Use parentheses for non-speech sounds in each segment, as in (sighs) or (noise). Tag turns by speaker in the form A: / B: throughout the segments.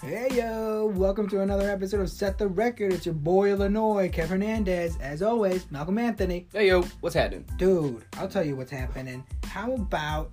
A: Hey yo, welcome to another episode of Set the Record. It's your boy Illinois, Kev Hernandez. As always, Malcolm Anthony.
B: Hey yo, what's happening?
A: Dude, I'll tell you what's happening. How about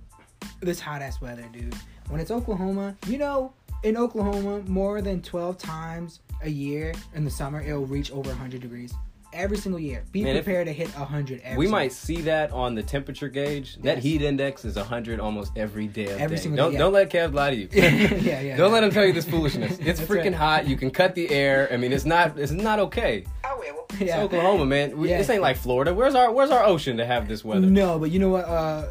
A: this hot ass weather, dude? When it's Oklahoma, you know, in Oklahoma, more than 12 times a year in the summer, it'll reach over 100 degrees. Every single year. Be
B: Man, if-
A: prepared to hit 100 every
B: we
A: single-
B: might see that on the temperature gauge. That
A: Yes.
B: heat index is 100 almost every day. Of
A: Every
B: day.
A: single
B: don't,
A: day, yeah.
B: Don't let Kev lie to you.
A: (laughs) Yeah, yeah,
B: Don't
A: yeah.
B: let him tell you this foolishness. It's
A: That's
B: freaking
A: right.
B: hot. You can cut the air. I mean, it's not. It's not okay.
A: (laughs)
B: It's
A: Yeah.
B: Oklahoma, man. We,
A: Yeah.
B: This ain't like Florida. Where's our Where's our ocean to have this weather?
A: No, but you know what, uh,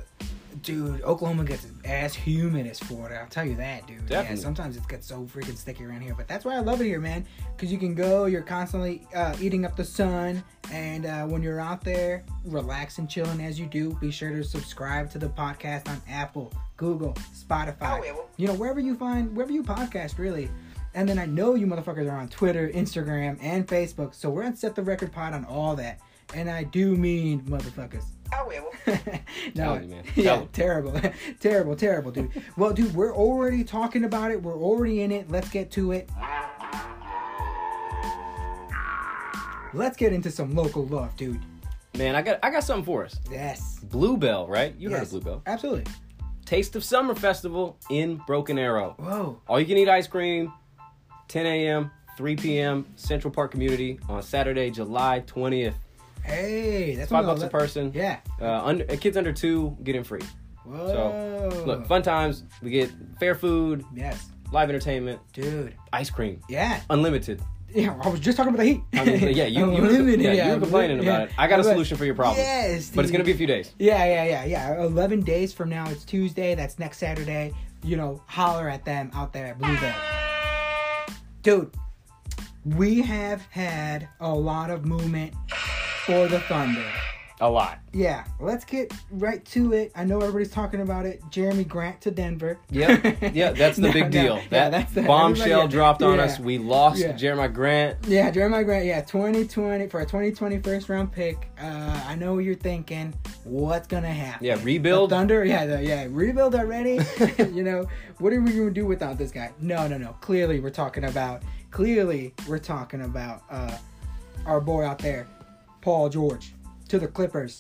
A: dude, Oklahoma gets as humid as Florida. I'll tell you that, dude.
B: Definitely.
A: Yeah, sometimes it gets so freaking sticky around here, but that's why I love it here, man. Because you can go, you're constantly uh, eating up the sun, and uh, when you're out there, relax and chilling as you do. Be sure to subscribe to the podcast on Apple, Google, Spotify. You know wherever you find wherever you podcast, really. And then I know you motherfuckers are on Twitter, Instagram, and Facebook. So we're on Set the Record Pod on all that. And I do mean motherfuckers. (laughs) no,
B: Telling you, man.
A: (laughs) yeah,
B: Telling.
A: terrible, terrible, terrible, dude. Well, dude, we're already talking about it. We're already in it. Let's get to it. Let's get into some local love, dude.
B: Man, I got I got something for us.
A: Yes.
B: Bluebell, right? You heard
A: Yes.
B: of Bluebell?
A: Absolutely.
B: Taste of Summer Festival in Broken Arrow.
A: Whoa.
B: All you can eat ice cream, 10 a.m., 3 p.m. Central Park Community on Saturday, July 20th.
A: Hey, that's
B: Five
A: one
B: bucks
A: of
B: a
A: the-
B: person.
A: Yeah.
B: Uh, under uh, kids under two get in free.
A: Whoa.
B: So
A: Oh.
B: look, fun times. We get fair food,
A: Yes,
B: live entertainment,
A: dude.
B: ice cream,
A: Yeah.
B: unlimited.
A: Yeah, I was just talking about the heat.
B: I mean,
A: (laughs)
B: yeah, you, you,
A: Unlimited,
B: yeah, you
A: yeah,
B: were complaining
A: yeah.
B: about it. I got a
A: But-
B: solution for your problem.
A: Yes,
B: But it's
A: dude.
B: gonna be a few days.
A: Yeah, yeah, yeah, yeah. Eleven days from now, it's Tuesday. That's next Saturday. You know, holler at them out there at Bluebell. Dude, we have had a lot of movement for the Thunder.
B: A lot.
A: Yeah, let's get right to it. I know everybody's talking about it. Jeremy Grant to Denver.
B: Yep. (laughs) yeah, that's
A: (laughs)
B: the
A: No,
B: big
A: no.
B: deal.
A: Yeah,
B: That
A: that's the-
B: bombshell
A: everybody-
B: dropped on
A: yeah.
B: us. We lost
A: Yeah.
B: Jeremiah Grant.
A: Yeah, Jeremiah Grant. Yeah, 2020 for a 2020 first round pick. Uh, I know what you're thinking. What's gonna happen?
B: Yeah, rebuild?
A: The Thunder. Yeah, the, yeah, rebuild
B: (laughs)
A: already. you know, what are we gonna do without this guy? No, no, no. Clearly, we're talking about. Clearly, we're talking about uh, our boy out there, Paul George, to the Clippers.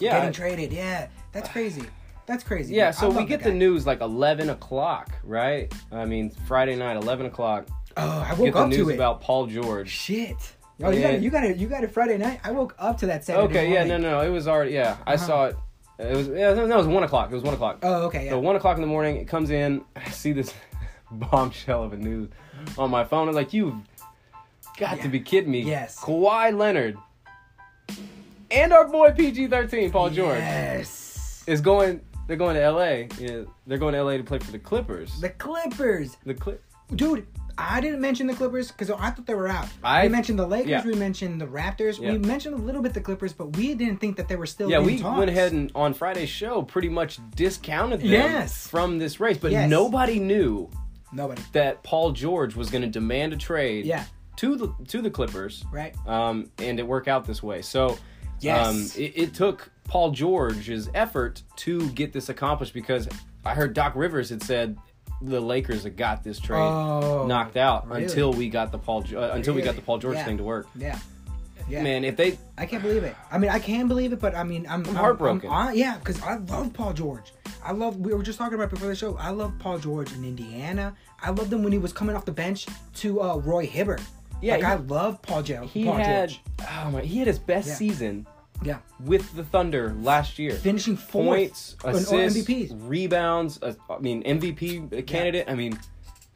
B: Yeah.
A: getting traded. Yeah,
B: (sighs)
A: that's crazy. That's crazy.
B: Yeah,
A: dude. I
B: so we
A: love
B: get
A: that
B: the
A: guy.
B: news like 11 o'clock, right? I mean, Friday night, 11 o'clock.
A: Oh, I
B: Get
A: woke
B: the
A: up
B: news
A: to it.
B: about Paul George.
A: Shit. Oh, you
B: Yeah.
A: got it. You got it. You got it Friday night. I woke up to that Saturday.
B: Okay, yeah,
A: morning.
B: no, no, no, it was already, yeah, I saw it. It was, yeah, no, it was 1 o'clock. It was 1 o'clock.
A: Oh, okay. Yeah.
B: So one o'clock in the morning, it comes in. (laughs) I see this bombshell of a news on my phone. I'm like, you've got
A: Yeah.
B: to be kidding me.
A: Yes.
B: Kawhi Leonard and our boy PG13 Paul George
A: Yes.
B: is going. They're going to LA. Yeah, they're going to LA to play for the Clippers.
A: The Clippers.
B: The Clip.
A: Dude, I didn't mention the Clippers because I thought they were out.
B: I-
A: we mentioned the Lakers,
B: yeah.
A: we mentioned the Raptors,
B: Yeah.
A: we mentioned a little bit the Clippers, but we didn't think that they were still
B: Yeah,
A: in
B: we
A: talks.
B: went ahead and on Friday's show pretty much discounted them
A: Yes.
B: from this race, but
A: Yes.
B: nobody knew
A: Nobody.
B: that Paul George was going to demand a trade
A: Yeah.
B: to the to the Clippers.
A: Right?
B: um, and it worked out this way. So,
A: Yes.
B: um, it, it took Paul George's effort to get this accomplished because I heard Doc Rivers had said the Lakers had got this trade
A: Oh,
B: knocked out
A: really?
B: until we got the Paul Jo- uh, until we got
A: Really?
B: the Paul George
A: Yeah.
B: thing to work.
A: Yeah. Yeah.
B: Man, if they
A: I can't believe it. I mean, I can believe it, but I mean, I'm, I'm
B: heartbroken.
A: I'm- I- yeah, because I love Paul George. I love. We were just talking about before the show. I love Paul George in Indiana. I loved him when he was coming off the bench to uh, Roy Hibbert.
B: Yeah,
A: like,
B: he-
A: I love Paul, jo-
B: he
A: Paul
B: had
A: George.
B: oh my he had his best
A: Yeah.
B: season
A: Yeah,
B: with the Thunder last year.
A: finishing fourth
B: Points,
A: on- on
B: assists,
A: MVPs.
B: rebounds. uh, I mean MVP candidate. I mean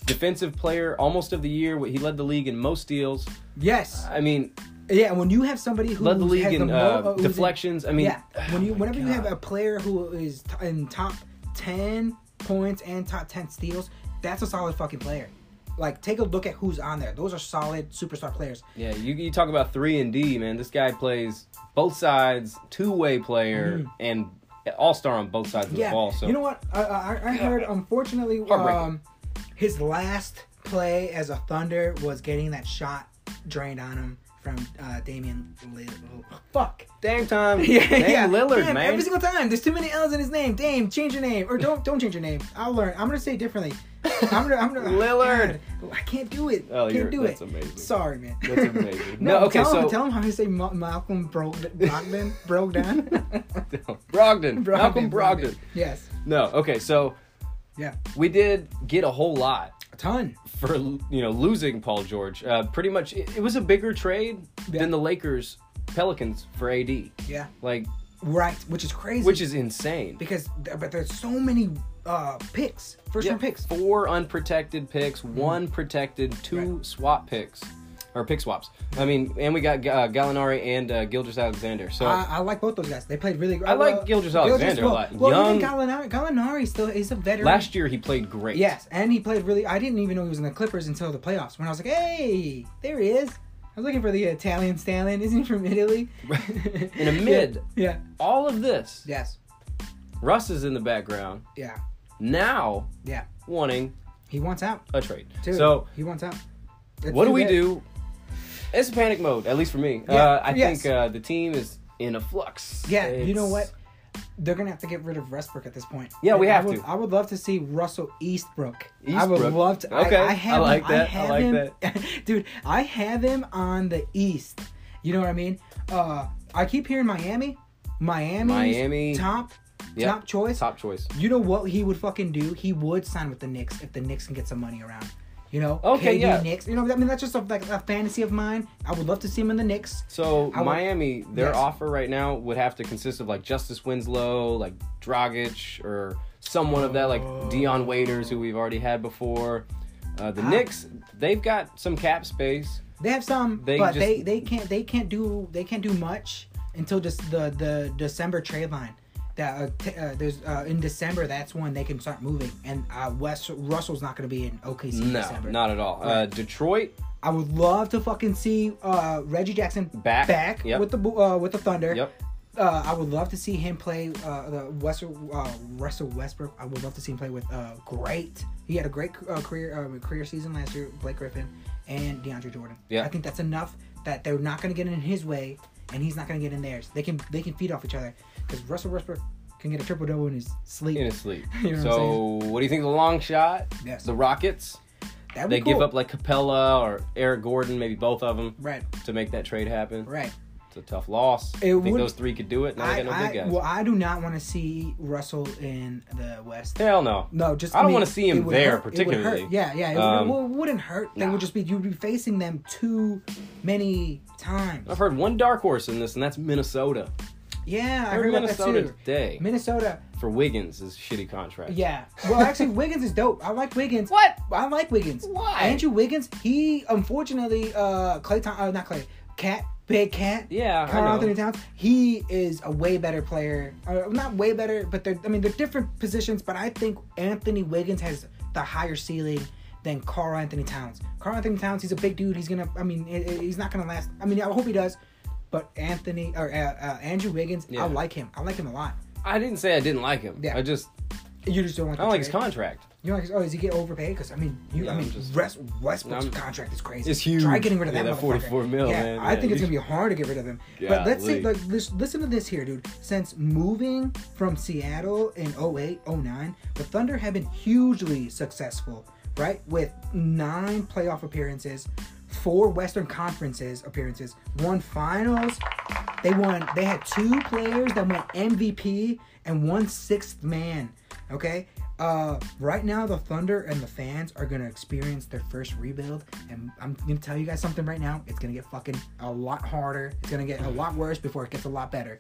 B: defensive player almost of the year. He led the league in most steals.
A: Yes.
B: I mean
A: Yeah, when you have somebody who
B: led the league
A: has
B: in
A: the
B: uh,
A: mo- who's in-
B: deflections. I mean,
A: yeah, when you
B: (sighs) oh my
A: whenever you
B: God.
A: have a player who is t- in top ten points and top ten steals, that's a solid fucking player. Like, take a look at who's on there. Those are solid superstar players.
B: yeah, you, you talk about three and D, man. This guy plays both sides, two way player, and all star on both sides of
A: Mm-hmm. Yeah,
B: the ball. So
A: you know what? I, I, I heard unfortunately,
B: Heartbreaking.
A: um, his last play as a Thunder was getting that shot drained on him from uh, Damian Lillard. Fuck.
B: Dang
A: (laughs)
B: time.
A: Yeah,
B: Dame
A: yeah.
B: Lillard,
A: Damn,
B: man.
A: Every single time, there's too many L's in his name. Dame, change your name, or don't don't change your name. I'll learn. I'm gonna say it differently. I'm gonna,
B: (laughs)
A: I'm gonna
B: Lillard.
A: God, I can't do it.
B: Oh,
A: can't
B: you're-
A: do
B: that's
A: it.
B: amazing.
A: Sorry, man.
B: That's amazing.
A: (laughs) no,
B: No, okay,
A: tell him,
B: so-
A: tell him how you say Ma- Malcolm broke Brogdon. (laughs) broke
B: (laughs) (laughs) Brogdon. Malcolm Brogdon.
A: Yes,
B: No, okay, so
A: Yeah.
B: we did get a whole lot
A: a ton.
B: for you know losing Paul George. Uh, pretty much, it, it was a bigger trade
A: Yeah.
B: than the Lakers Pelicans for AD.
A: Yeah,
B: Like,
A: right. Which is crazy.
B: which is insane.
A: because there- but there's so many uh picks, first
B: Yeah,
A: round picks. Mm-hmm.
B: Four unprotected picks, one protected, two swap picks, or pick swaps. I mean, and we got uh, Gallinari and uh, Gilders Alexander. So
A: I, I like both those guys. They played really.
B: I like Gilgeous Alexander a lot.
A: Well, even
B: Young-
A: Gallinari, Gallinari still is a veteran.
B: last year he played great.
A: Yes, and he played really. I didn't even know he was in the Clippers until the playoffs. When I was like, "Hey, there he is." I was looking for the Italian stallion. Isn't he from Italy?
B: In a mid.
A: (laughs) Yeah.
B: All of this,
A: Yes.
B: Russ is in the background
A: Yeah.
B: now,
A: Yeah.
B: wanting
A: He wants out
B: a trade.
A: too.
B: So
A: he wants out. That's
B: what do
A: too
B: we
A: bad.
B: do? It's a panic mode, at least for me.
A: Yeah,
B: uh, I
A: yes.
B: think uh, the team is in a flux.
A: Yeah. You know
B: It's-
A: what? They're gonna have to get rid of Westbrook at this point.
B: Yeah, we
A: I
B: have
A: would-
B: to.
A: I would love to see Russell Eastbrook. I would
B: Eastbrook.
A: love to. I-
B: Okay,
A: I,
B: I
A: have
B: like
A: him,
B: that, I
A: have
B: like
A: him- (laughs) dude. I have him on the East. You know what I mean? Uh, I keep hearing Miami, Miami,
B: Miami.
A: top,
B: Yep.
A: top choice.
B: Top choice.
A: You know what he would fucking do? He would sign with the Knicks if the Knicks can get some money around. You know,
B: Okay,
A: KD
B: yeah.
A: Knicks. You know, I mean, that's just a, like a fantasy of mine. I would love to see him in the Knicks.
B: So
A: I would-
B: Miami, their
A: Yes.
B: offer right now would have to consist of like Justice Winslow, like Dragic, or someone of that, like
A: Oh.
B: Dion Waiters, who we've already had before. Uh, the
A: Ah.
B: Knicks, they've got some cap space.
A: They have some,
B: They
A: but
B: just-
A: they they can't they can't do they can't do much until just the the December trade line. That uh, t- uh, there's uh, in December that's when they can start moving, and uh, Wes Russell's not going to be in OKC in
B: No,
A: December.
B: not at all. Uh, Detroit,
A: I would love to fucking see uh, Reggie Jackson
B: Back.
A: back
B: Yep.
A: with the Bu- uh, with the Thunder.
B: yep.
A: Uh, I would love to see him play uh, the Russell, uh, Russell Westbrook. I would love to see him play with uh, great. He had a great uh, career uh, career season last year. Blake Griffin and DeAndre Jordan.
B: Yeah.
A: I think that's enough that they're not going to get in his way, and he's not going to get in theirs. They can they can feed off each other because Russell Westbrook can get a triple double in his sleep.
B: In his sleep.
A: (laughs) You know what I'm
B: so, what do you think? of The long shot.
A: Yes.
B: The Rockets.
A: That'd
B: They
A: be cool.
B: give up like Capella or Eric Gordon, maybe both of them,
A: Right,
B: to make that trade happen.
A: right.
B: It's a tough loss.
A: It
B: I think
A: would-
B: those three could do it. Now
A: I,
B: they got no
A: I,
B: big guys.
A: well, I do not want to see Russell in the West.
B: Hell no.
A: No, just
B: I don't
A: mean,
B: wanna see him
A: it would
B: there
A: hurt- it would hurt.
B: particularly.
A: Yeah, yeah, it,
B: Um,
A: would, it wouldn't hurt. They
B: nah.
A: would just be you'd be facing them too many times.
B: I've heard one dark horse in this, and that's Minnesota.
A: Yeah, I
B: heard
A: heard
B: Minnesota
A: about that too.
B: today.
A: Minnesota,
B: for Wiggins is shitty contract.
A: yeah. Well, actually, Wiggins is dope. I like Wiggins.
B: What?
A: I like Wiggins.
B: Why?
A: Andrew Wiggins. He unfortunately, uh, Clay, Tom- uh, not Clay, Cat, Big Cat.
B: Yeah, I
A: Carl
B: know.
A: Anthony Towns, he is a way better player. Uh, not way better, but they're, I mean, they're different positions, but I think Anthony Wiggins has the higher ceiling than Carl Anthony Towns. Carl Anthony Towns, he's a big dude. He's going to, I mean, i- i- he's not going to last. I mean, I hope he does, but Anthony, or uh, uh, Andrew Wiggins,
B: Yeah.
A: I like him. I like him a lot.
B: I didn't say I didn't like him.
A: Yeah.
B: I just
A: You just don't like
B: I don't like his
A: contract.
B: contract.
A: You don't like his, oh, is he get overpaid? Because, I mean, you,
B: Yeah,
A: I
B: I'm
A: mean,
B: just-
A: West, Westbrook's
B: I'm-
A: contract is crazy.
B: It's huge.
A: Try getting rid of
B: Yeah,
A: that,
B: that
A: motherfucker.
B: 44 mil,
A: yeah,
B: man.
A: I
B: Yeah,
A: think it's
B: you
A: going to be hard to get rid of him. But let's see,
B: Golly.
A: like, lis- listen to this here, dude. Since moving from Seattle in 08, 09, the Thunder have been hugely successful, right? With nine playoff appearances, four Western Conferences appearances, one finals. They won, they had two players that went MVP and one sixth man, okay? Uh, right now, the Thunder and the fans are gonna experience their first rebuild, and I'm gonna tell you guys something right now. It's gonna get fucking a lot harder. It's gonna get a lot worse before it gets a lot better.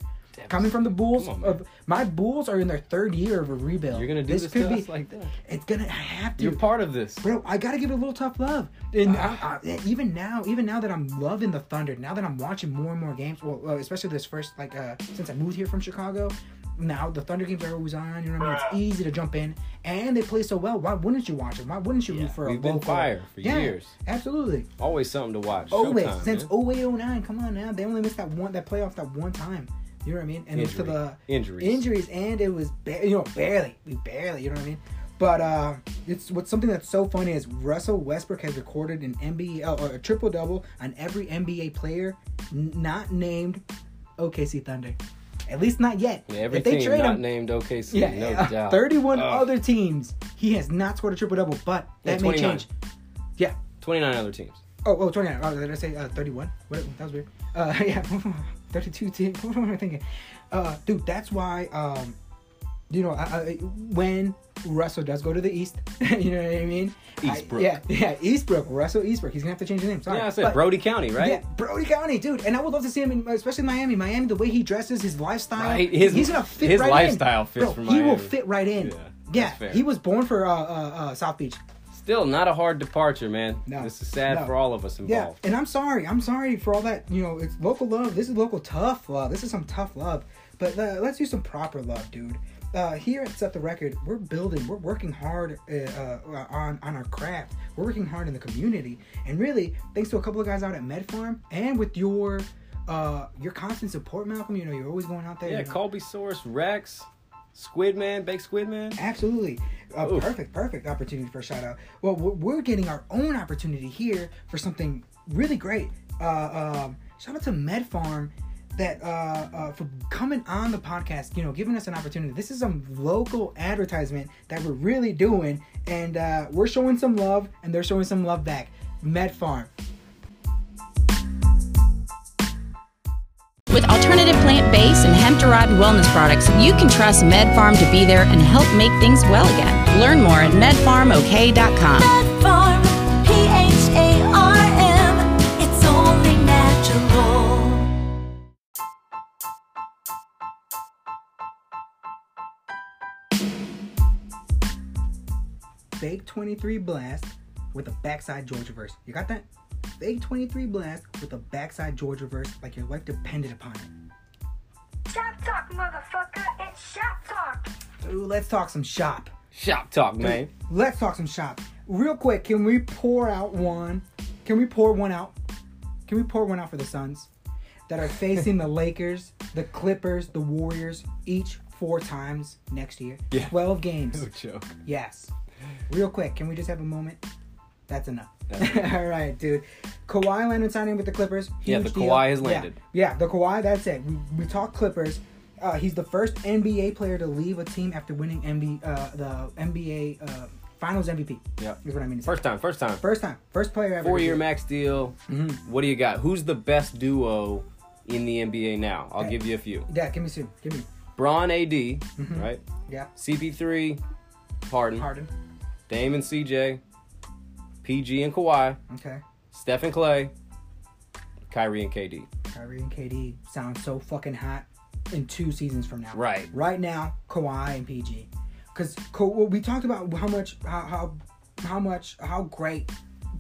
A: Coming from the Bulls,
B: Come on,
A: of, my Bulls are in their third year of a rebuild.
B: You're gonna do this, to us like that.
A: It's gonna I have to.
B: You're part of this.
A: Bro, I gotta give it a little tough love. And
B: Ah.
A: I, I, even now, even now that I'm loving the Thunder, now that I'm watching more and more games, well, uh, especially this first, like, uh, since I moved here from Chicago, now the Thunder games are always on. You know what I mean?
B: Ah.
A: It's easy to jump in, and they play so well. Why wouldn't you watch them? Why wouldn't you root for a
B: we've been
A: local-
B: fire for
A: Yeah,
B: years.
A: Absolutely.
B: Always something to watch.
A: Always
B: Showtime,
A: Oh, since
B: man.
A: 0809. Come on now, they only missed that one, that playoff, that one time. You know what I mean? And it was to
B: Injury.
A: the
B: Injuries.
A: injuries, and it was ba- you know barely, we barely. You know what I mean? But uh, it's what's something that's so funny is Russell Westbrook has recorded an NBA uh, or a triple double on every NBA player n- not named OKC Thunder. At least not yet.
B: Yeah, every team not named OKC,
A: yeah,
B: no
A: uh, (laughs)
B: doubt.
A: 31
B: Ugh.
A: other teams he has not scored a triple double, but
B: Yeah,
A: that may
B: 29.
A: change. Yeah.
B: 29 other teams.
A: Oh, oh, 29. Oh, did I say uh, 31? What, that was weird. Uh, (laughs) yeah, (laughs) 32 teams. What am I thinking? Uh, dude, that's why, um, you know, I, I, when Russell does go to the East, (laughs) you know what I mean?
B: Eastbrook.
A: I, yeah, yeah, Eastbrook. Russell Eastbrook. He's going to have to change his name. Sorry.
B: Yeah, I said
A: But-
B: Brody County, right?
A: Yeah, Brody County, dude. And I would love to see him, in, especially Miami. Miami, the way he dresses, his lifestyle.
B: Right, his-
A: he's going to fit
B: his
A: right
B: lifestyle
A: in.
B: fits
A: Bro,
B: for
A: He will
B: Miami.
A: fit right in.
B: Yeah,
A: Yeah,
B: that's fair.
A: he was born for uh, uh, uh, South Beach.
B: Still not a hard departure, man.
A: No.
B: This is sad
A: No.
B: for all of us
A: Yeah,
B: involved.
A: and I'm sorry. I'm sorry for all that. You know, it's local love. This is local tough love. This is some tough love. But uh, let's do some proper love, dude. Uh, here at Set the Record, we're building. We're working hard uh, uh, on on our craft. We're working hard in the community, and really, thanks to a couple of guys out at Med Farm and with your uh, your constant support, Malcolm. You know, you're always going out there.
B: Yeah,
A: you know.
B: Colby Source, Rex, Squid Man, Baked Squid Man.
A: Absolutely. A
B: Oof.
A: perfect, perfect opportunity for a shout out. Well, we're, we're getting our own opportunity here for something really great. Uh, um, shout out to Med Farm that uh, uh, for coming on the podcast, you know, giving us an opportunity. This is some local advertisement that we're really doing, and uh, we're showing some love, and they're showing some love back. Med Farm.
C: With alternative plant based and hemp derived wellness products, you can trust MedFarm to be there and help make things well again. Learn more at medfarmok.com.
D: Pet Farm, P H A R M. It's only natural.
A: Big 23 blast with a backside George reverse. You got that? Big 23 blast with a backside George reverse, like your life depended upon it.
E: Shop talk, motherfucker. It's shop talk.
A: Ooh, let's talk some shop.
B: Shop
A: (laughs)
B: talk, man.
A: Let's talk some shop. Real quick, can we pour out one? Can we pour one out? Can we pour one out for the Suns that are facing the Lakers, the Clippers, the Warriors, each four times next year?
B: Yeah.
A: 12 games.
B: joke.
A: Yes. Real quick, can we just have a moment? That's enough. (laughs) All right, dude. Kawhi Leonard signing with the Clippers.
B: Yeah,
A: Huge
B: the
A: deal.
B: Kawhi has landed.
A: Yeah, yeah, the Kawhi. That's it. We, we talk Clippers. Uh, he's the first NBA player to leave a team after winning MB, uh, the NBA uh, Finals MVP.
B: Yeah.
A: is what I mean. To say.
B: First time, first time.
A: first time, first player ever. to
B: Four year
A: do it.
B: max deal.
A: Mm-hmm.
B: What do you got? Who's the best duo in the NBA now? I'll
A: Yeah.
B: give you a few.
A: Yeah, give me two. Give me.
B: Braun AD, right?
A: Yeah,
B: CP3, Harden,
A: Mm-hmm. Harden.
B: Dame and CJ, PG and Kawhi,
A: Okay.
B: Steph and Clay, Kyrie and
A: (laughs)
B: KD.
A: Kyrie and KD sound so fucking hot in two seasons from now.
B: Right.
A: Right now, Kawhi and PG, because we talked about how much how, how how much how great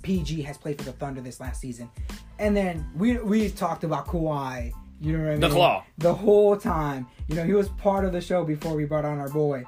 A: PG has played for the Thunder this last season, and then we we talked about Kawhi. You know what I mean?
B: The Claw.
A: The whole time. You know he was part of the show before we brought on our boy.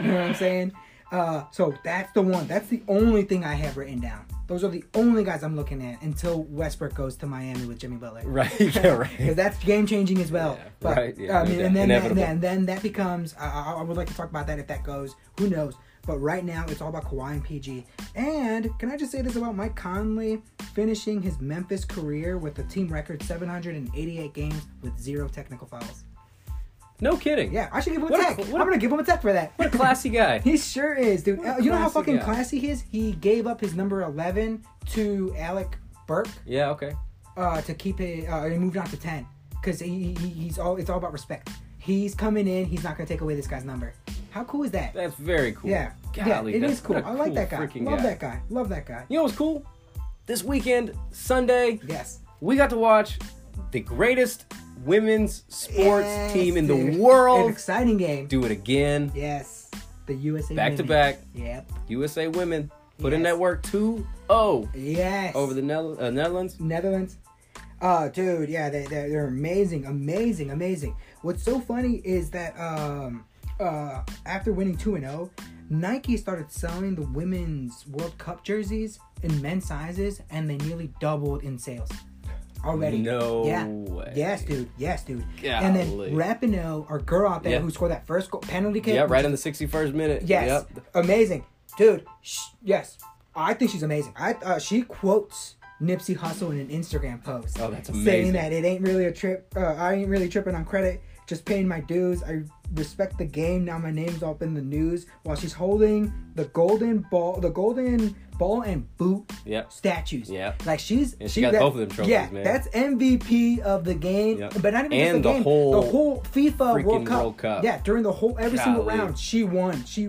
A: You know what I'm saying? Uh, so that's the one. That's the only thing I have written down. Those are the only guys I'm looking at until Westbrook goes to Miami with Jimmy Butler.
B: Right, yeah,
A: Because
B: right.
A: that's game changing as well.
B: Yeah,
A: but,
B: right, yeah,
A: I
B: no
A: mean,
B: doubt.
A: and then, and
B: Inevitable.
A: then, then that becomes. I, I, I would like to talk about that if that goes. Who knows? But right now, it's all about Kawhi and PG. And can I just say this about Mike Conley finishing his Memphis career with a team record 788 games with zero technical fouls?
B: (laughs) No kidding.
A: Yeah, I should give him a
B: What a-
A: tech.
B: what a-
A: I'm gonna give him a tech for that.
B: What
A: (laughs)
B: a classy guy.
A: He sure is, dude.
B: What a
A: you know how
B: classy
A: fucking
B: guy.
A: classy he is? He gave up his number 11 to Alec Burke
B: yeah, okay.
A: uh, to keep it, uh, he moved on to 10. Because he, he, he's all, it's all about respect. He's coming in, he's not going to take away this guy's number. How cool is that?
B: That's very cool.
A: yeah.
B: Golly,
A: yeah, it
B: that's-
A: is cool.
B: what a
A: I like that guy.
B: freaking
A: Love that guy. Love that guy.
B: You know what's cool? This weekend, Sunday,
A: Yes.
B: we got to watch the greatest women's sports
A: Yes,
B: team in
A: dude.
B: the
A: An
B: world
A: exciting game.
B: do it again.
A: Yes. The USA.
B: Back to
A: women.
B: back.
A: Yep.
B: USA women put in
A: Mm. Yes.
B: that work 2 0
A: Yes.
B: over the Nel- uh, Netherlands.
A: Netherlands. Oh, dude, yeah, they, they're, they're amazing, amazing, amazing. What's so funny is that um, uh, after winning 2 and 0, Nike started selling the women's World Cup jerseys in men's sizes and they nearly doubled in sales. already.
B: No
A: Yeah.
B: way.
A: Yes, dude. Yes, dude. And then
B: Golly.
A: Rapinoe, our girl out there
B: Yeah.
A: who scored that first goal, penalty kick.
B: Yeah, right in the 61st minute.
A: Yes.
B: Yep.
A: Amazing. Dude, sh- yes. I think she's amazing. I uh, she quotes Nipsey Hussle in an Instagram post.
B: Oh, that's
A: Saying
B: amazing.
A: that it ain't really a trip. Uh, I ain't really tripping on credit. Just paying my dues. I respect the game. Now my name's up in the news. While she's holding the golden ball, the golden ball and boot
B: Yep.
A: statues.
B: Yep.
A: Like she's
B: And she got both of them trophies,
A: yeah,
B: man.
A: that's MVP of the game.
B: Yep.
A: But not even just
B: And
A: the,
B: the
A: game.
B: whole
A: the whole FIFA World
B: freaking
A: Cup.
B: World Cup.
A: Yeah, during the whole every single
B: Golly.
A: round, she won. She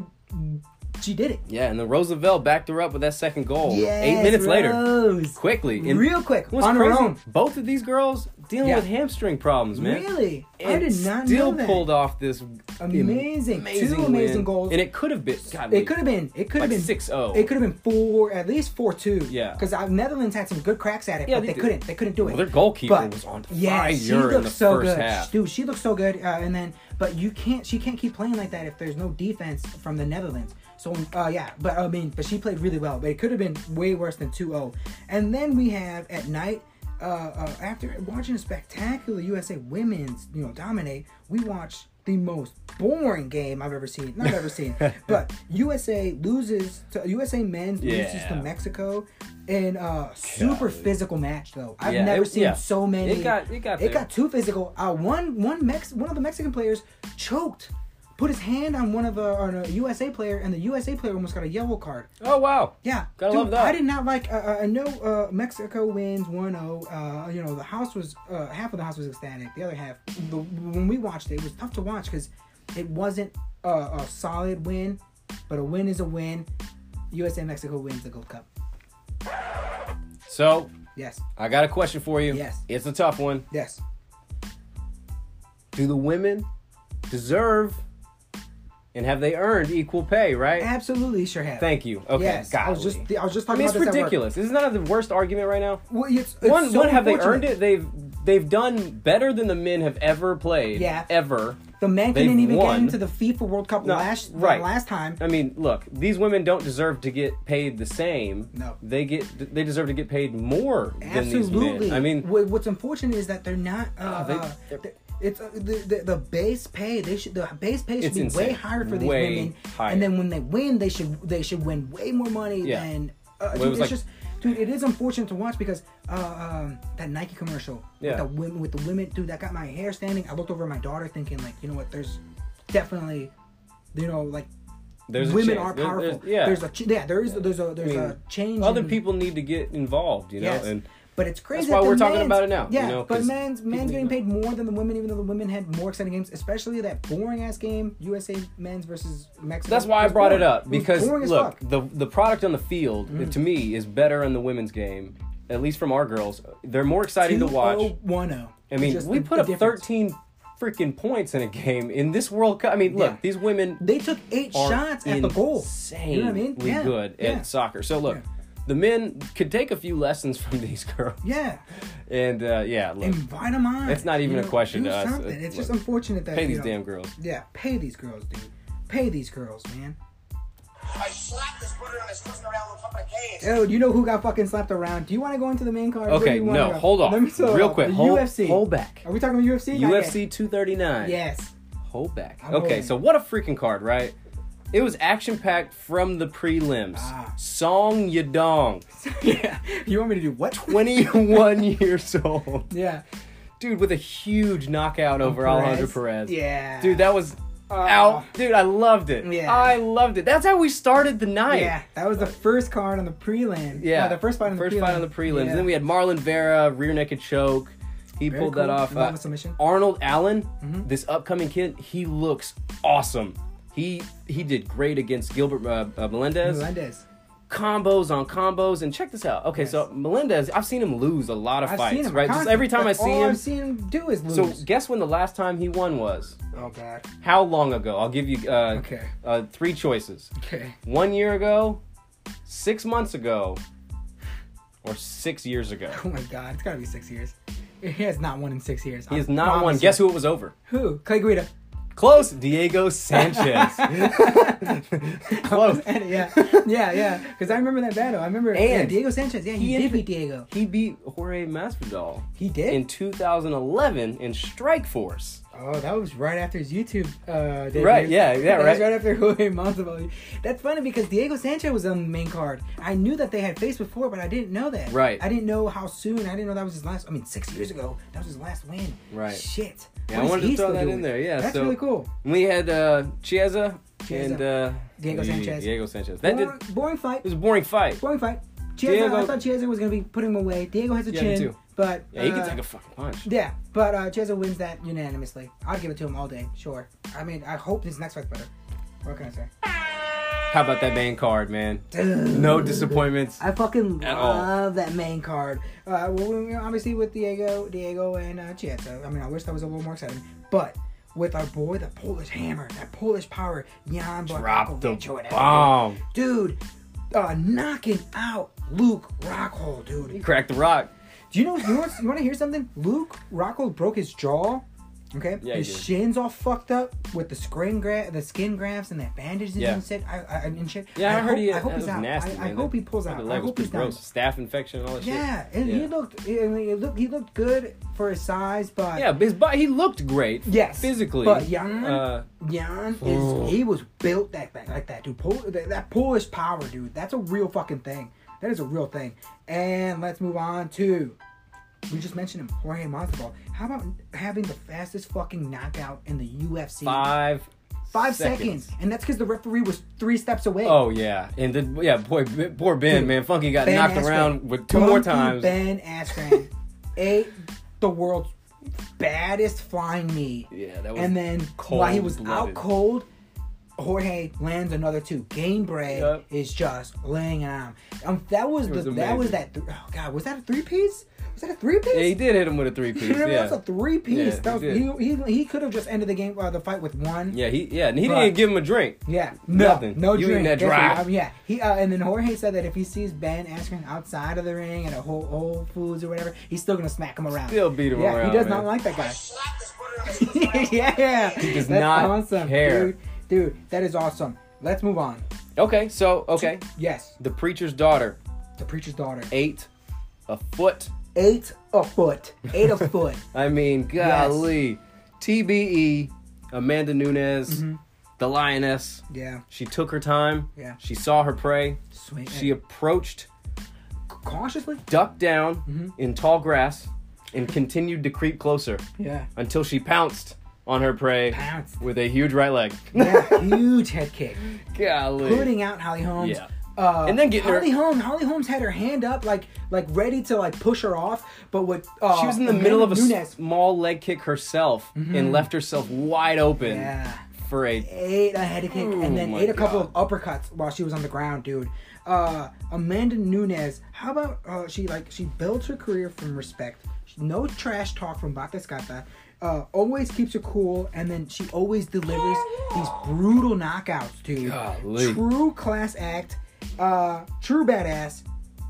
A: she did it.
B: Yeah, and then Roosevelt backed her up with that second goal.
A: Yes,
B: Eight minutes later.
A: Rose.
B: Quickly. and
A: Real quick,
B: it was
A: on her
B: crazy.
A: own.
B: Both of these girls dealing
A: Yeah.
B: with hamstring problems, man.
A: Really? I
B: And
A: did not
B: still
A: know that.
B: pulled off this
A: Amazing. Two amazing
B: win.
A: goals.
B: And it could have been. God,
A: It could have been. It could have
B: Like
A: been
B: 6-0.
A: It could have been four, at least four two.
B: Yeah.
A: Because Netherlands had some good cracks at it,
B: Yeah,
A: but
B: they
A: they
B: did.
A: couldn't. They couldn't do it.
B: Well, their goalkeeper
A: But,
B: was on
A: yeah, she
B: fire in
A: looked
B: the
A: so
B: first
A: good,
B: half.
A: dude. She looked so good. Uh, and then, but you can't. She can't keep playing like that if there's no defense from the Netherlands. So uh, yeah, but I mean, but she played really well. But it could have been way worse than 2-0. And then we have at night. Uh, uh, after watching a spectacular USA women's, you know, dominate, we watched the most boring game I've ever seen. Not ever seen, but USA loses to USA men's loses to
B: Yeah.
A: Mexico in a super physical match though. I've
B: Yeah,
A: never
B: it-
A: seen
B: yeah.
A: so many.
B: It got- it got
A: it
B: there.
A: got too physical. Uh, one one Mex one of the Mexican players choked, put his hand on one of the on a USA player, and the USA player almost got a yellow card.
B: Oh, wow.
A: Yeah,
B: Gotta
A: dude,
B: love that.
A: I did not like. Uh, uh, I know uh, Mexico wins 1-0. Uh, you know the house was uh, half of the house was ecstatic. The other half, the, when we watched it, it was tough to watch because it wasn't a, a solid win, but a win is a win. USA Mexico wins the Gold Cup.
B: So,
A: Yes,
B: I got a question for you.
A: Yes.
B: It's a tough one.
A: yes.
B: Do the women deserve and have they earned equal pay, right?
A: Absolutely, sure have.
B: Thank you. Okay.
A: Yes, I was
B: golly.
A: just I was just
B: I
A: talking
B: mean, it's
A: about this at work.
B: ridiculous. Isn't that the worst argument right now?
A: Well, it's, it's
B: one,
A: so
B: one, have they
A: unfortunate.
B: earned it? They've they've done better than the men have ever played.
A: Yeah.
B: Ever.
A: The men
B: They've
A: couldn't even
B: won.
A: get into the FIFA World Cup
B: No,
A: last
B: right.
A: last time.
B: I mean, look, these women don't deserve to get paid the same.
A: No.
B: They get they deserve to get paid more than these
A: Absolutely.
B: men. I mean, Oh,
A: What- what's unfortunate is that they're not. Uh,
B: they-
A: uh, th- it's uh, the, the the base pay. They should the base pay should
B: It's
A: be way
B: insane.
A: higher for these
B: Way
A: women.
B: higher.
A: And then when they win, they should they should win way more money
B: Yeah.
A: than. Uh,
B: it
A: dude,
B: was
A: it's
B: like-
A: just, dude, it is unfortunate to watch because uh, um, that Nike commercial
B: Yeah.
A: with the women with the women, dude, that got my hair standing. I looked over at my daughter, thinking like, you know what? There's definitely, you know, like
B: there's a
A: women
B: chance.
A: are
B: There-
A: powerful.
B: there's- yeah.
A: there's a ch- yeah, there is there's a there's
B: I mean,
A: a change.
B: Other
A: in-
B: people need to get involved, you know,
A: Yes.
B: and
A: but it's crazy.
B: why
A: that the
B: we're talking
A: men's-
B: about it now, you
A: Yeah,
B: know,
A: but
B: 'cause
A: men's
B: people
A: men's
B: need
A: getting
B: to
A: paid more than the women, even though the women had more exciting games. Especially that boring ass game, USA men's versus Mexico.
B: That's why I
A: was
B: brought it
A: boring.
B: up
A: was
B: because
A: boring as
B: look,
A: fuck. Mm.
B: the the product on the field to me is better in the women's game, at least from our girls. They're more exciting to watch.
A: 2-0-1-0.
B: I mean,
A: Just
B: we
A: the-
B: put
A: the
B: up
A: difference.
B: 13 freaking points in a game in this World Cup. I mean, look,
A: Yeah.
B: these women
A: They took eight
B: are
A: shots at the goal.
B: Insanely
A: You know what I mean? Yeah.
B: good uh,
A: yeah.
B: at soccer. So look,
A: Yeah.
B: the men could take a few lessons (laughs) from these girls.
A: Yeah,
B: And uh, yeah, look,
A: invite them on.
B: It's not even
A: You
B: a question
A: do
B: to us.
A: something.
B: It's
A: It's just
B: like,
A: unfortunate that
B: pay
A: you
B: these
A: know,
B: damn girls.
A: Yeah, pay these girls, dude. Pay these girls, man.
F: I slapped this brother and I slipped around with a couple of K's.
A: Oh, you know who got fucking slapped around? Do you want to go into the main card? Where do
B: Okay,
A: you wanna
B: no,
A: go?
B: hold on.
A: Let me slow
B: Real
A: down.
B: quick,
A: The
B: hold-
A: UFC.
B: hold back.
A: Are we talking about UFC? Not
B: UFC
A: yet.
B: 239. (laughs)
A: Yes.
B: Hold back.
A: I'm
B: okay,
A: holding.
B: so what a freaking card, right? It was action packed from the prelims.
A: Ah. (laughs)
B: Song Yadong,
A: yeah. You want me to do what?
B: 21 years old.
A: Yeah.
B: Dude, with a huge knockout over Alejandro Perez.
A: Yeah. Ah.
B: Dude, that was out. Dude, I loved it.
A: Yeah.
B: I loved it. That's how we started the night.
A: Yeah, that was the first card on the prelim.
B: Yeah,
A: Uh, the first fight on the
B: first
A: prelim.
B: fight on the prelims.
A: Yeah.
B: And then we had Marlon Vera rear naked choke. He
A: Very
B: pulled that
A: cool.
B: off. uh,
A: Love a submission. Mm-hmm.
B: Arnold Allen, this upcoming kid, he looks awesome. He he did great against Gilbert uh, uh, Melendez.
A: Melendez.
B: Combos on combos, and check this out. Okay, so Melendez, I've seen him lose a lot of
A: I've
B: fights,
A: seen him.
B: right? Just
A: constantly.
B: every time
A: That's
B: I see
A: all
B: him.
A: I've seen him do is lose.
B: So guess when the last time he won was?
A: oh god.
B: How long ago? I'll give you uh,
A: Okay.
B: uh, three choices.
A: Okay.
B: One year ago, six months ago, or six years ago.
A: Oh my god, it's gotta be six years. He has not won in six years.
B: He has not won. Guess who it was over?
A: Who? Clay Guida.
B: Close, Diego
A: (laughs)
B: Sanchez. Close.
A: And,
B: (laughs)
A: yeah, yeah, yeah. Because I remember that battle. I remember yeah,
B: And-
A: Diego Sanchez. Yeah, he,
B: He
A: did
B: ended-
A: beat Diego.
B: He beat Jorge Masvidal
A: He did.
B: in 2011 in Strike Force.
A: Oh, that was right after his YouTube. Uh, debut.
B: Right, yeah, yeah,
A: That was
B: right.
A: right after (laughs) Jorge Masvidal. That's funny because Diego Sanchez was on the main card. I knew that they had faced before, but I didn't know that.
B: Right.
A: I didn't know how soon. I didn't know that was his last. I mean, six years ago, that was his last win.
B: Right.
A: Shit.
B: Yeah,
A: What
B: I
A: is
B: wanted
A: he
B: to throw
A: still
B: that
A: doing?
B: in there. Yeah,
A: That's
B: so
A: really cool.
B: We had uh, Chiesa,
A: Chiesa.
B: and uh,
A: Diego
B: Ye-
A: Sanchez.
B: Diego Sanchez. That did,
A: boring,
B: it
A: boring fight.
B: was a boring fight.
A: Boring fight. Chiesa, I
B: Diego-
A: thought Chiesa was gonna be putting him away. Diego has a
B: Yeah, me
A: chin,
B: too.
A: but
B: Yeah, he
A: uh,
B: can take a fucking punch.
A: Yeah, but uh, Chiesa wins that unanimously. I'd give it to him all day. Sure. I mean, I hope his next fight's better. What can I say?
B: How about that main card, man? No disappointments.
A: I fucking
B: At all.
A: love that main card. Uh, well, we- obviously with Diego, Diego and uh, Chiesa. I mean, I wish that was a little more exciting, but. With our boy, the Polish hammer, that Polish power, Jan
B: Drop the
A: Blachowicz or whatever.
B: bomb.
A: Dude, uh, knocking out Luke Rockhold, dude.
B: Crack the rock.
A: Do you know? You want, you want to hear something? Luke Rockhold broke his jaw. Okay,
B: Yeah, he
A: his
B: did.
A: shins all fucked up with the skin gra- the skin grafts and that bandages
B: Yeah.
A: and shit. I, I, and shit.
B: Yeah, I, heard
A: hope,
B: he.
A: I hope
B: that
A: he's
B: was
A: out.
B: nasty.
A: I, I
B: man.
A: hope he pulls
B: That
A: out. I
B: leg was
A: hope he's
B: pretty
A: done.
B: gross. Staph infection and all that
A: Yeah,
B: shit.
A: and he looked. I mean, he looked. He looked good for his size, but
B: Yeah, but his body. He looked great.
A: Yes,
B: Physically.
A: but Jan,
B: Uh,
A: Jan
B: Oh.
A: is he was built that back like that, dude. Pol- that, that Polish power, dude. That's a real fucking thing. That is a real thing. And let's move on to we just mentioned him, Jorge Masvidal. How about having the fastest fucking knockout in the UFC?
B: five.
A: Five seconds. and that's because the referee was three steps away.
B: Oh yeah, and then yeah, boy, b- poor Ben,
A: Dude,
B: man, Funky got
A: Ben
B: knocked
A: Askren.
B: around with two more
A: Funky
B: times.
A: Ben
B: (laughs)
A: Askren ate the world's baddest flying knee.
B: Yeah, that was
A: And then while he was out
B: cold-blooded.
A: cold, Jorge lands another two. Game Bread
B: Yep.
A: is just laying on him. Um, that was,
B: was
A: the that was
B: amazing.
A: that. Th- oh God, was that a three piece? Was that a three piece? (laughs)
B: Yeah, he did hit him with a three piece.
A: Remember, that
B: Yeah.
A: was a three
B: Yeah,
A: piece.
B: he
A: that was,
B: did.
A: he he, he could have just ended the game, uh, the fight with one.
B: yeah, he yeah, and he
A: Right.
B: didn't give him a drink.
A: Yeah,
B: Nothing.
A: No, no
B: You
A: drink.
B: eating that
A: That's
B: dry.
A: what- um, yeah, he uh, and then Jorge said that if he sees Ben Askren outside of the ring at a whole Whole Foods or whatever, he's still gonna smack him around.
B: Still beat him
A: yeah,
B: around,
A: he does not
B: man.
A: like that guy.
F: Slap this butter on his first
A: (laughs)
F: round.
A: yeah, he
B: does not care.
A: dude. Dude, that is awesome. Let's move on.
B: Okay, so okay,
A: Yes,
B: the preacher's daughter
A: the preacher's daughter,
B: ate a foot.
A: eight a foot,
B: (laughs)
A: eight a foot.
B: I mean, golly, TBE, Amanda Nunes, the lioness.
A: Mm-hmm. Yeah,
B: She took her time.
A: Yeah.
B: She saw her prey.
A: swing.
B: She approached,
A: cautiously.
B: (laughs) ducked down
A: Mm-hmm.
B: in tall grass, and continued to creep closer
A: Yeah.
B: until she pounced on her prey
A: Pounced.
B: with a huge
A: (laughs)
B: right leg.
A: Yeah, huge head kick,
B: Golly.
A: putting out Holly Holmes.
B: Yeah.
A: Uh,
B: And then getting her-
A: Holly Holmes. Holly Holmes had her hand up, like like ready to like push her off, but with uh,
B: she was in the
A: Amanda
B: middle of a
A: Nunes Mm-hmm.
B: small leg kick herself and left herself wide open
A: Yeah.
B: for a.
A: ate a head kick and then
B: Oh my
A: ate a couple of uppercuts while she was on the ground, dude. Uh, Amanda Nunes. How about uh, she like she builds her career from respect. No trash talk from Batescata. Uh, always keeps her cool, and then she always delivers these brutal knockouts, dude.
B: Golly.
A: True class act. Uh, true badass.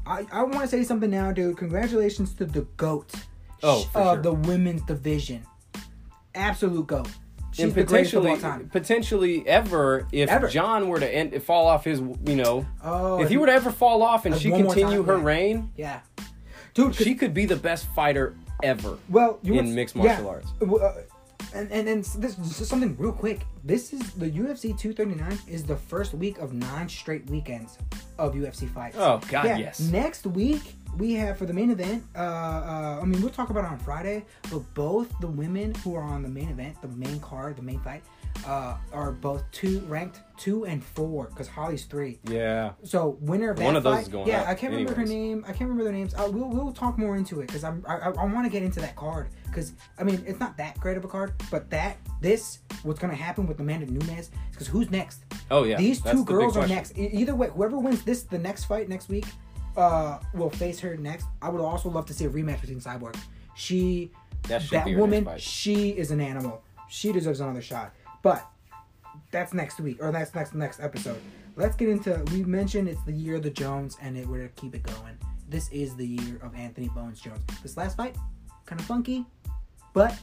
A: I, I want to say something now, dude. Congratulations to the goat
B: Oh, for
A: of
B: sure.
A: the women's division. Absolute goat. She's
B: and
A: the greatest of all
B: potentially,
A: time.
B: potentially ever if
A: Ever.
B: John were to end, fall off his, you know,
A: Oh,
B: if he were to ever fall off and
A: Like
B: she
A: one more
B: continue
A: time,
B: her
A: yeah.
B: reign,
A: Yeah, dude. 'cause-
B: she could be the best fighter ever.
A: well, you
B: in
A: want-
B: mixed martial arts.
A: Well, uh, and and and this this is something real quick. This is the UFC 239 is the first week of non-straight weekends of UFC fights.
B: Oh, God, yes.
A: Next week we have for the main event. Uh, uh, I mean, we'll talk about it on Friday. But both the women who are on the main event, the main card, the main fight, uh, are both two ranked two and four because Holly's three.
B: Yeah.
A: So winner of that
B: One of those
A: fight-
B: is going
A: Yeah,
B: up
A: I can't remember her
B: anyways.
A: name. I can't remember their names. Uh, we'll we'll talk more into it because I'm I, I want to get into that card because I mean it's not that great of a card, but that this what's gonna happen with Amanda Nunes because who's next?
B: Oh, yeah.
A: these
B: That's
A: two
B: the big
A: girls are
B: question.
A: next. E- either way, whoever wins this the next fight next week, uh, will face her next. I would also love to see a rematch between Cyborg. She
B: That should
A: that
B: be her
A: woman
B: next fight.
A: she is an animal. She deserves another shot. But that's next week or that's next next episode. Let's get into we mentioned it's the year of the Jones and it, we're gonna keep it going. This is the year of Anthony Bones Jones. This last fight, kind of funky, but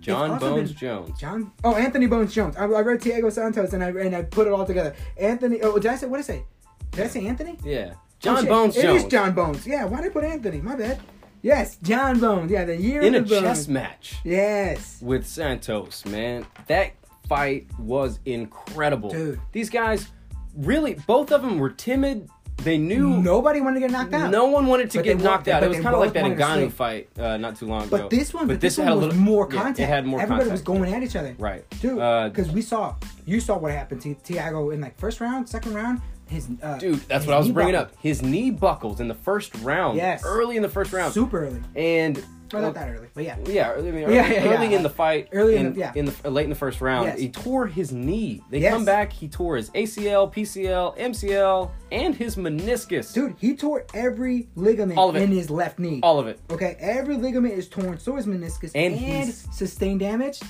B: John
A: also
B: Bones
A: been-
B: Jones.
A: John. Oh, Anthony Bones Jones. I, I read Tiago Santos and I and I put it all together. Anthony. Oh, did I say what did I say? Did I say Anthony?
B: yeah.
A: Oh,
B: John
A: shit,
B: Bones
A: It
B: Jones.
A: is John Bones. Yeah. Why did I put Anthony? My bad. Yes, John Bones. Yeah, the year
B: In a
A: of the Bones.
B: chess match
A: Yes.
B: with Santos, man. That fight was incredible.
A: Dude.
B: These guys really both of them were timid. They knew
A: Nobody wanted to get knocked out.
B: No one wanted to
A: But
B: get
A: they
B: knocked
A: won't-
B: out.
A: but
B: It was
A: they
B: kind of like
A: won't want
B: that
A: to
B: Ngannou
A: sleep.
B: fight uh, not too long ago.
A: But this one, but, this, one was more
B: yeah,
A: contact.
B: it had more
A: Everybody
B: contact.
A: was going at each other.
B: Right.
A: dude.
B: Uh,
A: Because we saw, you saw what happened to Tiago in like first round, second round. His uh,
B: Dude, that's
A: his
B: what I was
A: knee
B: bringing
A: buckled
B: up. His knee buckles in the first round.
A: Yes.
B: Early in the first round.
A: Super early.
B: And
A: Well, not that early, but yeah.
B: Yeah, early, I mean, early,
A: Yeah, yeah,
B: early
A: yeah.
B: in the fight,
A: Early in
B: in,
A: the- yeah.
B: in the uh, late in the first round,
A: Yes.
B: he tore his knee. They
A: Yes.
B: come back, he tore his ACL, PCL, MCL, and his meniscus.
A: Dude, he tore every ligament
B: All of it.
A: in his left knee.
B: all of it.
A: Okay, every ligament is torn, so is meniscus,
B: And
A: and,
B: he's-
A: sustained damage to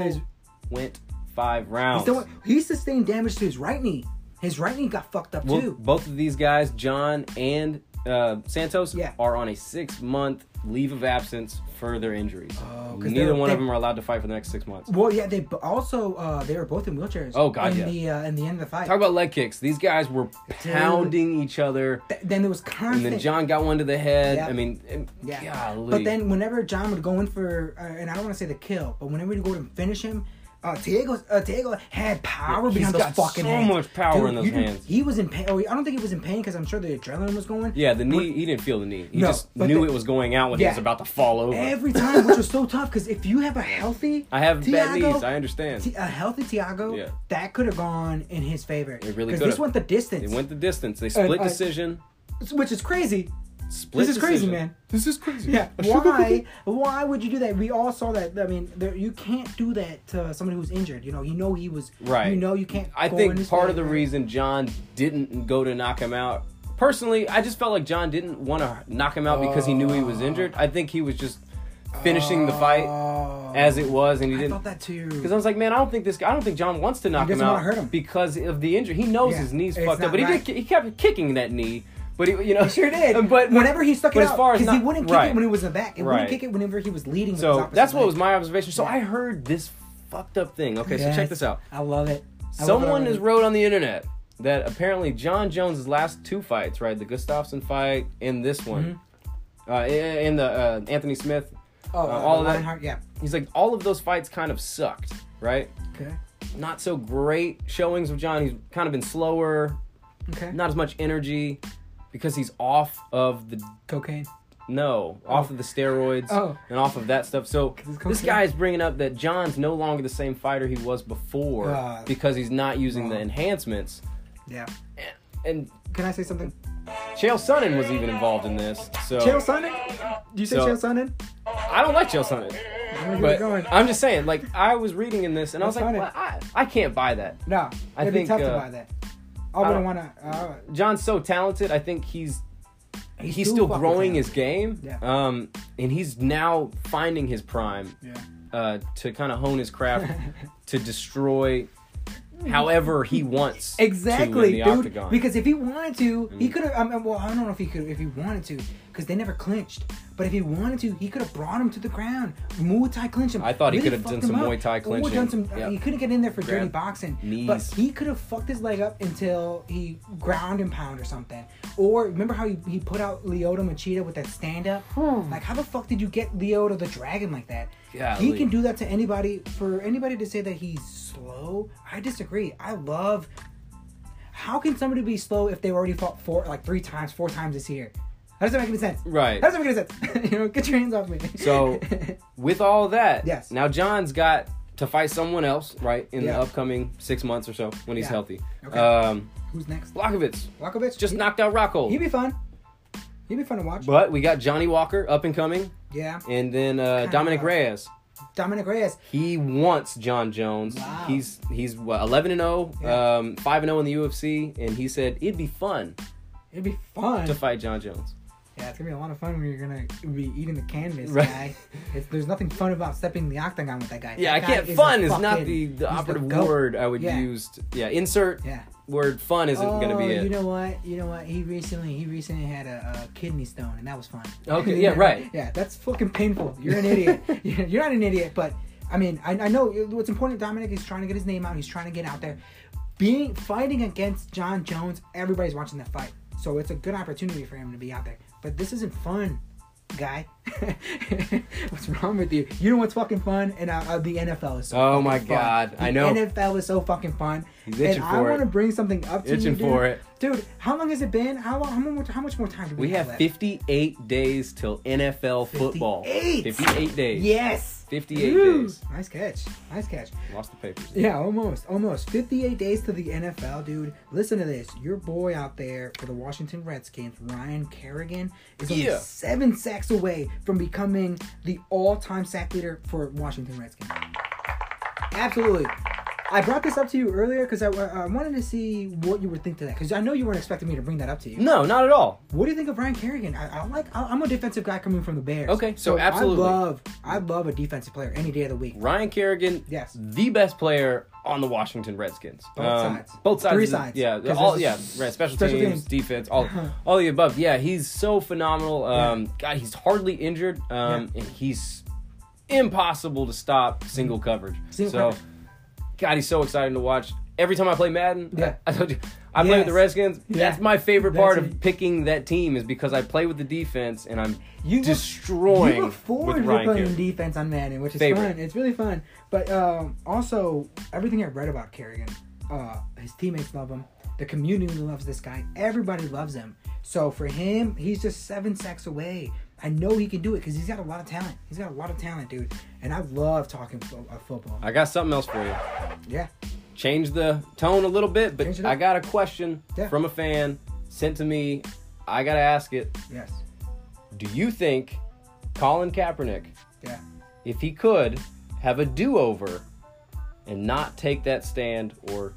A: his.
B: Dill went five rounds.
A: He's still, he sustained damage to his right knee. His right knee got fucked up
B: Well,
A: too.
B: both of these guys, John and uh, Santos,
A: Yeah.
B: are on a six-month leave of absence for their injuries.
A: Oh, 'cause
B: Neither
A: they're-
B: one of
A: they-
B: them are allowed to fight for the next six months.
A: Well, yeah, they b- also uh, they were both in wheelchairs.
B: Oh, God,
A: in
B: yeah.
A: The, uh, in the end of the fight,
B: Talk about leg kicks. These guys were pounding each other.
A: Th- then there was
B: And
A: constant.
B: then John got one to the head.
A: Yeah.
B: I mean, and-
A: Yeah.
B: golly.
A: But then whenever John would go in for, uh, and I don't want to say the kill, but whenever he would go to finish him, uh, Diego, uh, Diego had power
B: Yeah, he's
A: behind those
B: got
A: fucking
B: so
A: hands.
B: much power in those
A: you didn't-
B: hands.
A: He was in pain. Oh, I don't think he was in pain because I'm sure the adrenaline was going.
B: Yeah, the knee. He didn't feel the knee. He
A: No,
B: just
A: but
B: knew
A: the-
B: it was going out when he
A: Yeah.
B: was about to fall over.
A: Every time, which was so tough because if you have a healthy,
B: I have bad
A: Thiago-
B: knees. I understand.
A: Ti- a healthy Tiago,
B: Yeah.
A: that could have gone in his favor. It
B: really
A: Because
B: could've.
A: this went the distance,
B: They went the distance. They split
A: uh,
B: decision.
A: which is crazy.
B: Split
A: this is crazy,
B: decision.
A: man.
B: This is crazy. (laughs)
A: Yeah. (laughs) Why? why would you do that? We all saw that. I mean, there, you can't do that to somebody who's injured. You know, you know he was.
B: Right.
A: You know you can't.
B: I
A: go in
B: think
A: his
B: part
A: way,
B: of the
A: right?
B: reason John didn't go to knock him out. Personally, I just felt like John didn't want to knock him out because he knew he was injured. I think he was just finishing the fight
A: Oh,
B: as it was, and he
A: I
B: didn't.
A: thought that too.
B: Because I was like, man, I don't think this. guy, I don't think John wants to knock him
A: doesn't
B: out
A: wanna hurt him.
B: because of the injury. He knows
A: Yeah,
B: his knee's
A: it's
B: fucked
A: not
B: up, but he
A: right.
B: did. He kept kicking that knee. But he, you know, (laughs)
A: sure did.
B: But
A: whenever he stuck
B: but
A: it
B: as
A: out,
B: far as
A: because he
B: not-
A: wouldn't kick
B: right.
A: it when he was in the back. He
B: Right.
A: wouldn't kick it whenever he was leading. With his
B: So
A: opposite
B: that's what
A: leg.
B: was my observation. So
A: Yeah.
B: I heard this fucked up thing. Okay, so check
A: Yes.
B: this out.
A: I love it. I love it
B: Someone
A: already.
B: has wrote on the internet that apparently John Jones' last two fights, right, the Gustafsson fight and
A: Mm-hmm.
B: this one, uh, and the uh, Anthony Smith,
A: Oh,
B: uh,
A: uh,
B: all of that.
A: Lionheart, Yeah.
B: he's like all of those fights kind of sucked, right?
A: Okay.
B: Not so great showings of John. He's kind of been slower,
A: Okay.
B: not as much energy because he's off of the
A: cocaine.
B: no, off of the steroids
A: Oh.
B: and off of that stuff. So
A: it's
B: this
A: cocaine.
B: guy is bringing up that John's no longer the same fighter he was before
A: Ah.
B: because he's not using the enhancements.
A: Yeah.
B: And
A: Can I say something?
B: Chael Sonnen was even involved in this. So
A: Chael Sonnen? You said
B: Oh. So-
A: Chael Sonnen?
B: I don't like Chael Sonnen.
A: I don't know where
B: But
A: you're going.
B: I'm just saying, like I was reading in this and I was
A: That's
B: like,
A: funny.
B: well, I, I can't buy that.
A: No,
B: I
A: it'd
B: think,
A: be tough to
B: uh,
A: buy that. I wouldn't
B: don't-
A: want to. Uh,
B: John's so talented. I think he's he's,
A: too
B: still
A: fucking
B: growing his
A: talented.
B: game.
A: Yeah.
B: Um, and he's now finding his prime. uh, to kind of hone
A: (laughs)
B: his craft to destroy however he wants to in
A: Exactly,
B: the
A: dude.
B: octagon. Mm.
A: Because if he wanted to, he could have. I mean, well, I don't know if he could, if he wanted to, because they never clinched. But if he wanted to, he could have brought him to the ground, Muay Thai clinch him.
B: I thought he
A: really
B: could have done
A: fucked him
B: some
A: up,
B: Muay Thai
A: or
B: clinching.
A: done some- uh,
B: Yeah.
A: He couldn't get in there for dirty
B: Grab
A: boxing, but
B: knees.
A: he could have fucked his leg up until he ground and pound or something. Or remember how he, he put out Leota Machida with that stand up? Like, how the fuck did you get Leota the Dragon like that? He
B: Golly.
A: can do that to anybody. For anybody to say that he's slow, I disagree. I love how can somebody be slow if they already fought four, like three times, four times this year? That doesn't make any sense.
B: Right.
A: That doesn't make any sense. (laughs) you know, get your hands off me.
B: so with all that,
A: Yes.
B: Now John's got to fight someone else, right, in the
A: Yeah.
B: upcoming six months or so when he's
A: Yeah.
B: healthy.
A: Okay.
B: Um,
A: (laughs) who's next?
B: Blockovitz
A: Blockovich.
B: just
A: He-
B: knocked out Rockhold.
A: He'd be fun. He'd be fun to watch.
B: but we got Johnny Walker up and coming,
A: yeah.
B: and then uh, Dominic
A: rough.
B: Reyes.
A: Dominic Reyes.
B: He wants John Jones.
A: Wow.
B: He's he's what, 11 and 0,
A: Yeah.
B: um, 5 and 0 in the UFC, and he said it'd be fun
A: It'd be fun.
B: to fight John Jones.
A: Yeah, it's gonna be a lot of fun when you're gonna be eating the canvas,
B: Right.
A: guy. It's, there's nothing fun about stepping the octagon with that guy.
B: Yeah, I
A: That guy
B: can't.
A: a
B: Fun is not
A: fucking-
B: the,
A: he's
B: the operative
A: goat.
B: word I would
A: Yeah.
B: use. To, yeah, insert
A: Yeah.
B: word fun isn't
A: oh,
B: going to be it.
A: you know what? You know what? He recently, he recently had a, a kidney stone, and that was fun. (laughs)
B: Okay, yeah, right. (laughs)
A: Yeah, that's fucking painful. You're an idiot. You're you're not an idiot, but I mean, I, I know what's important. Dominic is trying to get his name out. He's trying to get out there. Being fighting against John Jones, everybody's watching that fight, so it's a good opportunity for him to be out there. But this isn't fun, guy. (laughs) what's wrong with you? You know what's fucking fun, and uh, uh, the NFL is so.
B: Oh
A: fucking
B: my
A: fun.
B: God,
A: The
B: I know.
A: NFL is so fucking fun.
B: He's itching
A: and I
B: for it.
A: want to bring something up to you,
B: Itching
A: dude.
B: for it.
A: dude. How long has it been? How long? How, much- how much more time do we,
B: We have
A: left?
B: 58 days till NFL football.
A: 58.
B: 58 days.
A: Yes.
B: 58
A: Woo.
B: days.
A: Nice catch. Nice catch.
B: Lost the papers.
A: Yeah, almost, almost. 58 days to the NFL, dude. Listen to this. Your boy out there for the Washington Redskins, Ryan Kerrigan, is only
B: Yeah.
A: seven sacks away from becoming the all-time sack leader for Washington Redskins. Absolutely. I brought this up to you earlier because I, I wanted to see what you would think to that. Because I know you weren't expecting me to bring that up to you.
B: No, not at all.
A: What do you think of Brian Kerrigan? I, I like. I, I'm a defensive guy coming from the Bears.
B: Okay, so absolutely.
A: I love. I love a defensive player any day of the week.
B: Ryan Kerrigan,
A: Yes.
B: the best player on the Washington Redskins. Um,
A: Both sides.
B: both sides,
A: Three
B: of the-
A: sides.
B: yeah,
A: 'Cause
B: all
A: there's
B: yeah,
A: s-
B: right, special,
A: special
B: teams,
A: teams.
B: defense,
A: (laughs)
B: all all the above. Yeah, he's so phenomenal. Um, God, he's hardly injured, um, and he's impossible to stop single coverage.
A: Single
B: so,
A: coverage.
B: God, he's so exciting to watch. Every time I play Madden,
A: Yeah.
B: (laughs) I, I told you. I play with the
A: Yes.
B: Redskins.
A: Yeah.
B: That's my favorite
A: That's
B: part
A: it.
B: of picking that team is because I play with the defense and I'm
A: You look-
B: destroying
A: You look forward
B: with
A: to
B: Ryan
A: playing
B: Kerrigan.
A: defense on Madden, which is
B: Favorite.
A: fun. It's really fun. But um, also, everything I've read about Kerrigan, uh, his teammates love him. The community loves this guy. Everybody loves him. So for him, he's just seven sacks away. I know he can do it because he's got a lot of talent. He's got a lot of talent, dude. And I love talking fo- uh, football.
B: I got something else for you.
A: Yeah.
B: change the tone a little bit,
A: Change it
B: but
A: up.
B: I got a question
A: Yeah.
B: from a fan sent to me. I gotta ask it.
A: Yes.
B: Do you think Colin Kaepernick,
A: Yeah.
B: if he could, have a do-over and not take that stand or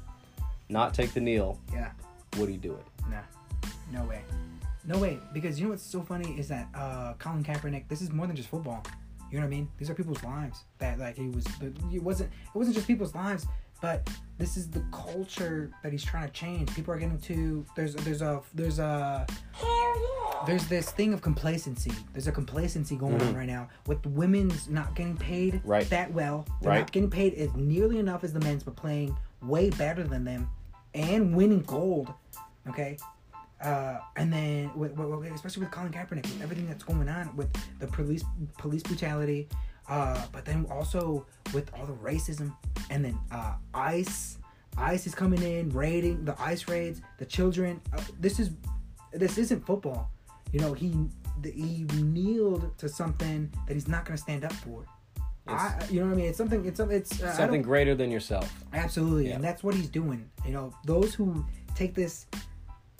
B: not take the kneel,
A: Yeah.
B: would he do it?
A: Nah, no way. No way, because you know what's so funny is that uh, Colin Kaepernick. This is more than just football. You know what I mean? These are people's lives. That like he was. It wasn't. It wasn't just people's lives, but this is the culture that he's trying to change. People are getting too. There's there's a there's a there's this thing of complacency. There's a complacency going on right now with the women's not getting paid
B: Right.
A: that well. They're not
B: Right.
A: getting paid as nearly enough as the men's, but playing way better than them and winning gold. Okay. Uh, and then, with, with- with- especially with Colin Kaepernick, with everything that's going on with the police police brutality, uh, but then also with all the racism, and then uh, ICE, ICE is coming in raiding the ICE raids, the children. Uh, this is this isn't football. You know, he th- he kneeled to something that he's not going to stand up for. I, you know what I mean? It's something. It's some- it's uh, I don't-
B: Something greater than yourself.
A: Absolutely,
B: Yeah.
A: and that's what he's doing. You know, those who take this,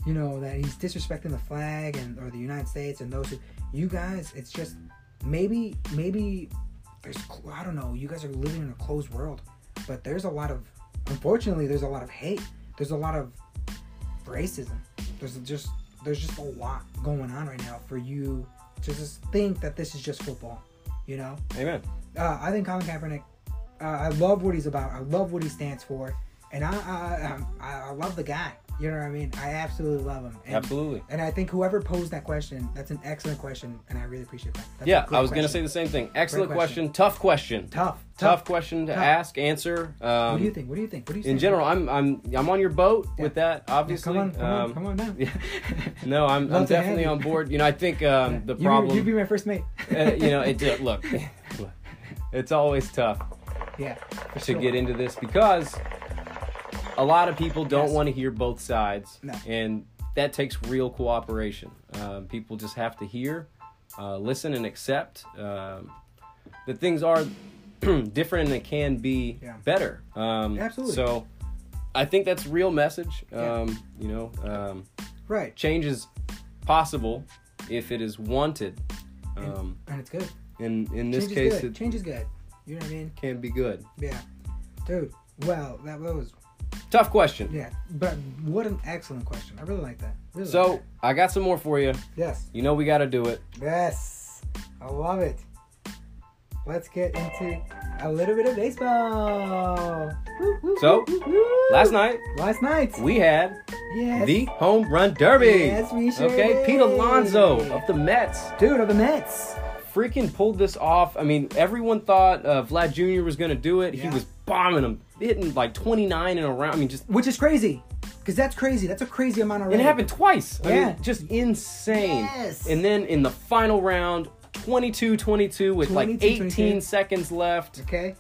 A: you know, that he's disrespecting the flag and or the United States, and those who, you guys, it's just maybe maybe there's cl- I don't know. You guys are living in a closed world, but there's a lot of unfortunately there's a lot of hate. There's a lot of racism. There's just there's just a lot going on right now for you to just think that this is just football. You know,
B: Amen.
A: uh, I think Colin Kaepernick. Uh, I love what he's about. I love what he stands for, and I I, I, I love the guy. You know what I mean? I absolutely love him. And,
B: Absolutely.
A: And I think whoever posed that question, that's an excellent question, and I really appreciate that. That's a
B: Yeah,
A: great
B: I was gonna say
A: question.
B: the same thing. Excellent
A: question.
B: question. Tough question.
A: Tough,
B: Tough
A: tough.
B: question to
A: tough.
B: ask, answer. Um,
A: What do you think? What do you think? What do you?
B: in
A: stand
B: general,
A: for?
B: I'm I'm I'm on your boat with that.
A: Yeah,
B: Obviously,
A: come on, come on,
B: Um,
A: come on now.
B: (laughs) yeah. No, I'm, I'm
A: Love to have
B: definitely
A: you.
B: on board. You know, I think
A: (laughs)
B: um, the
A: You'd be-
B: problem,
A: You'd be my first mate.
B: uh, you know,
A: (laughs)
B: it uh, look, (laughs) it's always tough
A: yeah. For
B: to get into this because a lot of people don't
A: Yes.
B: want to hear both sides,
A: No.
B: and that takes real cooperation. Um, people just have to hear, uh, listen, and accept um, that things are (clears throat) different and they can be
A: Yeah.
B: better. Um,
A: Absolutely.
B: So. I think that's real message.
A: Yeah.
B: Um, You know, um,
A: Right.
B: change is possible if it is wanted. Um,
A: and it's good.
B: in in this
A: Change is
B: case,
A: good.
B: it
A: Change is good. You know what I mean?
B: can be good.
A: Yeah. Dude. Well, that was
B: Tough question.
A: yeah. But what an excellent question. I really like that. Really like
B: So I got some more for you.
A: that. yes.
B: You know we got to do it.
A: Yes, I love it. Let's get into a little bit of baseball. Woo, woo,
B: So,
A: woo, woo, woo.
B: Last night
A: last night,
B: we had
A: yes,
B: the home run derby.
A: Yes, we sure
B: Okay,
A: did.
B: Pete Alonso of the Mets
A: dude of the Mets.
B: freaking pulled this off. I mean, everyone thought uh, Vlad Jr. was going to do it. He
A: Yeah.
B: was bombing him, hitting like 29 in a round. I mean, just
A: which is crazy, because that's crazy. That's a crazy amount already.
B: it happened twice. I
A: Yeah.
B: mean, just insane.
A: Yes.
B: And then in the final round, 22 22 with like
A: 22,
B: 18
A: 22.
B: seconds left.
A: Okay.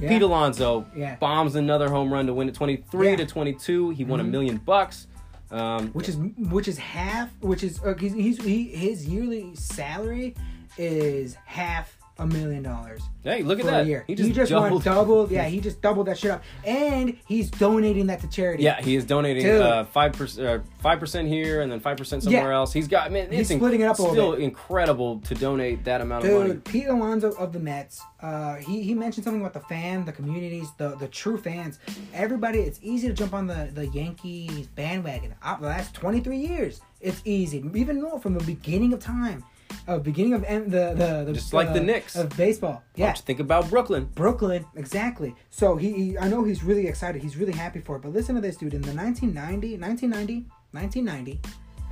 A: Yeah.
B: Pete Alonso
A: Yeah.
B: bombs another home run to win it 23
A: Yeah. Mm-hmm.
B: to 22. He won a million bucks. Um,
A: which is which is half, which is uh, he's, he's he, his yearly salary is half a million dollars
B: hey, look at
A: for
B: that.
A: a year.
B: He just,
A: won
B: doubled.
A: double. Yeah, he just doubled that shit up, and he's donating that to charity.
B: Yeah, he is donating
A: Dude.
B: uh, 5% uh, 5% here and then 5% somewhere
A: Yeah.
B: else. He's got, man,
A: He's
B: it's inc-
A: splitting it up a
B: still
A: little bit.
B: incredible to donate that amount of money.
A: Dude, Pete Alonso of the Mets, uh, he, he mentioned something about the fan, the communities, the, the true fans. Everybody, it's easy to jump on the, the Yankees bandwagon. Uh, the last 23 years, it's easy. Even more from the beginning of time, uh, beginning of M- the, the, the
B: Just like the
A: uh,
B: Knicks.
A: of baseball. Yeah,
B: Just think about Brooklyn.
A: Brooklyn, exactly. So he, he, I know he's really excited. He's really happy for it. But listen to this, dude. In the 1990, 1990, 1990,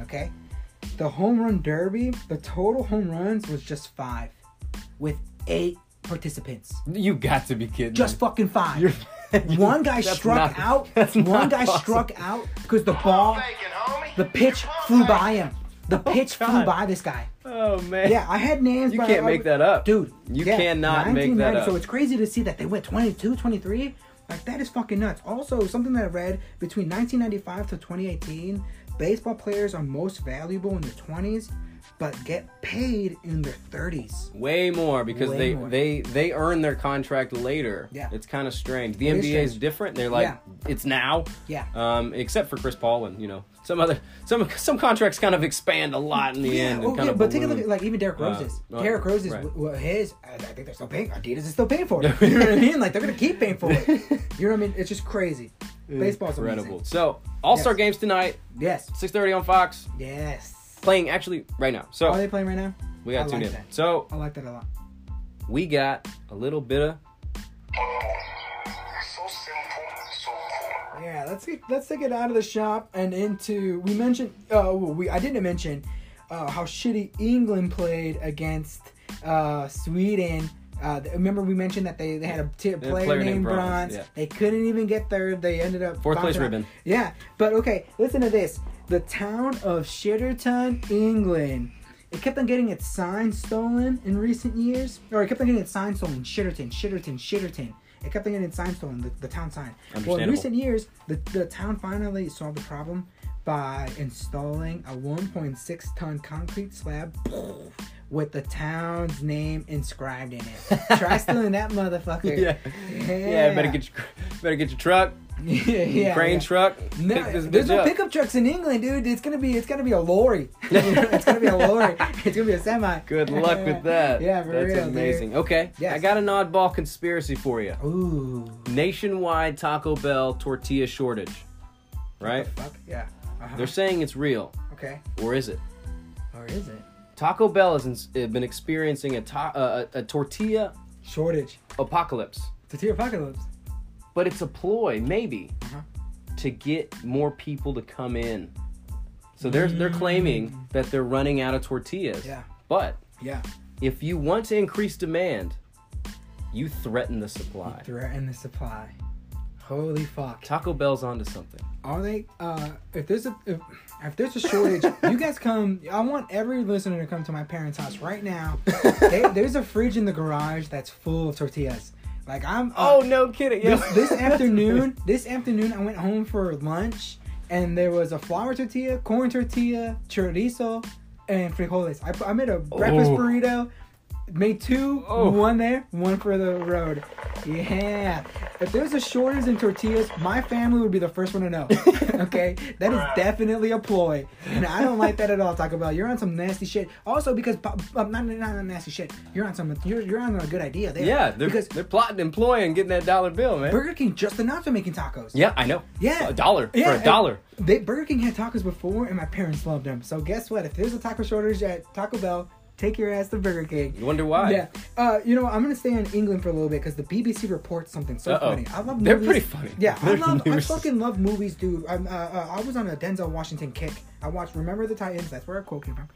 A: okay, the home run derby, the total home runs was just five, with eight participants.
B: You got to be kidding.
A: Just
B: me.
A: fucking 5
B: (laughs) you-
A: one guy
B: that's
A: struck
B: not-
A: out.
B: (laughs) that's
A: One
B: not
A: guy
B: possible.
A: struck out because the ball, the pitch flew by him. The pitch flew
B: Oh, God.
A: by this guy.
B: Oh man.
A: Yeah, I had names.
B: You
A: but
B: can't
A: I- I-
B: make that up.
A: dude.
B: You
A: yeah,
B: cannot make that
A: 1990,
B: up.
A: So it's crazy to see that they went 22, 23. Like that is fucking nuts. Also, something that I read between 1995 to 2018, baseball players are most valuable in their 20s, but get paid in their 30s.
B: Way more because
A: Way
B: they
A: more.
B: they they earn their contract later.
A: Yeah.
B: It's kind of strange. The
A: It is
B: NBA is
A: strange.
B: different. They're like
A: Yeah.
B: it's now.
A: Yeah.
B: Um, except for Chris Paul and you know some other some some contracts kind of expand a lot in the end. and
A: oh,
B: kind
A: yeah,
B: of
A: but take a look
B: balloon.
A: at like even Derek Rose's.
B: uh,
A: Derek Rose's,
B: right.
A: w- w- his, I, I think they're still paying. Adidas is still paying for
B: (laughs)
A: it. you know what I mean? Like they're gonna keep paying for it. You know what I mean? It's just
B: (laughs)
A: crazy. Baseball's
B: incredible.
A: amazing.
B: So All Star
A: Yes.
B: games tonight,
A: Yes,
B: six thirty on Fox.
A: yes.
B: Playing actually right now. So
A: Are Oh, they playing right now?
B: we got
A: I
B: to tune
A: like
B: in.
A: that.
B: So
A: I like that a lot.
B: we got a little bit of
F: So simple, so cool.
A: Yeah, let's get let's take it out of the shop and into we mentioned uh we I didn't mention uh, how shitty England played against uh, Sweden. Uh, th- remember we mentioned that they, they had a t- player,
B: player named
A: named
B: Bronze,
A: Bronze.
B: yeah.
A: They couldn't even get third. They ended up
B: Fourth place
A: bouncing out.
B: ribbon.
A: Yeah, but okay, listen to this. The town of Shitterton, England. It kept on getting its sign stolen in recent years. Or it kept on getting its sign stolen. Shitterton, Shitterton, Shitterton. It kept on getting its sign stolen, the, the town sign. Well, in
B: Understandable.
A: recent years, the, the town finally solved the problem by installing a 1.6 ton concrete slab with the town's name inscribed in
B: (laughs)
A: it. Try stealing that motherfucker.
B: yeah.
A: Yeah.
B: Yeah, better get your (laughs) better get your truck,
A: yeah, (laughs) yeah,
B: crane
A: yeah.
B: truck.
A: No,
B: pick this
A: there's
B: bitch
A: no
B: up.
A: pickup trucks in England, dude. It's gonna be it's gonna be a
B: (laughs)
A: lorry. (laughs) it's gonna be a lorry. It's gonna be a semi.
B: Good luck with that.
A: (laughs) Yeah, for
B: That's
A: real, dude.
B: amazing. Okay,
A: Yes.
B: I got an oddball conspiracy for you.
A: Ooh.
B: Nationwide Taco Bell tortilla shortage. Right?
A: Fuck yeah. Uh-huh.
B: They're saying it's real,
A: Okay.
B: or is it?
A: Or is it
B: Taco Bell has ins- eh, been experiencing a, ta- uh, a, a tortilla
A: shortage?
B: apocalypse,
A: Tortilla apocalypse.
B: but it's a ploy, maybe,
A: Uh-huh.
B: to get more people to come in. So they're they're claiming that they're running out of tortillas.
A: Mm. Yeah.
B: But
A: Yeah.
B: if you want to increase demand, you threaten the supply.
A: Threaten the supply. Holy fuck.
B: Taco Bell's onto something.
A: Are they? Uh, if there's a if, if there's a
B: (laughs)
A: shortage, you guys come. I want every listener to come to my parents' house right
B: (laughs)
A: now. They, there's a fridge in the garage that's full of tortillas. Like I'm. uh,
B: Oh no, kidding! Yeah. (laughs)
A: this afternoon, this afternoon, I went home for lunch, and there was a flour tortilla, corn tortilla, chorizo, and frijoles. I, I made a breakfast
B: Oh.
A: burrito. Made two,
B: Oh.
A: one there, one for the road. Yeah. If there's a shortage in tortillas, my family would be the first one to
B: (laughs)
A: know. okay, that is definitely a ploy, and I don't like that at all. Taco Bell, you're on some nasty shit. Also, because pop- uh, not not on nasty shit, you're on some you're, you're on a good idea there.
B: yeah, they're
A: because
B: they're plotting, and ploying, getting that dollar bill, man.
A: Burger King just announced they're making tacos.
B: yeah, I know.
A: Yeah.
B: a dollar
A: Yeah,
B: for a
A: and (laughs)
B: dollar.
A: They Burger King had tacos before, and my parents loved them. So guess what? If there's a taco shortage at Taco Bell, take your ass to Burger King.
B: You wonder why?
A: Yeah. Uh, you know, what? I'm gonna stay in England for a little bit because the BBC reports something so
B: Uh-oh.
A: funny. I love. Movies.
B: They're pretty funny.
A: Yeah, I
B: Their
A: love. I
B: news-
A: fucking love movies, dude. I'm, uh, uh, I was on a Denzel Washington kick. I I watched Remember the Titans. That's where our quote came from,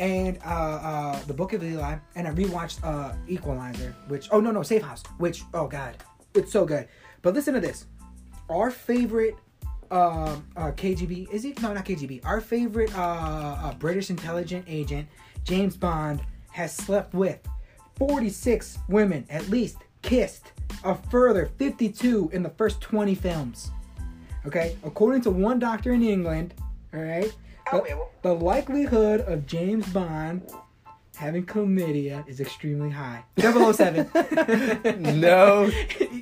A: and uh, uh, the Book of Eli. And I rewatched uh, Equalizer, which oh no no Safe House, which oh god, it's so good. But listen to this, our favorite um, uh, KGB is he? No, not KGB. Our favorite uh, uh, British intelligent agent, James Bond, has slept with 46 women at least, kissed a further 52 in the first 20 films. Okay, according to one doctor in England, all right, the, the likelihood of James Bond having chlamydia is extremely high. 007. (laughs)
B: No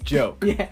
B: joke.
A: yeah.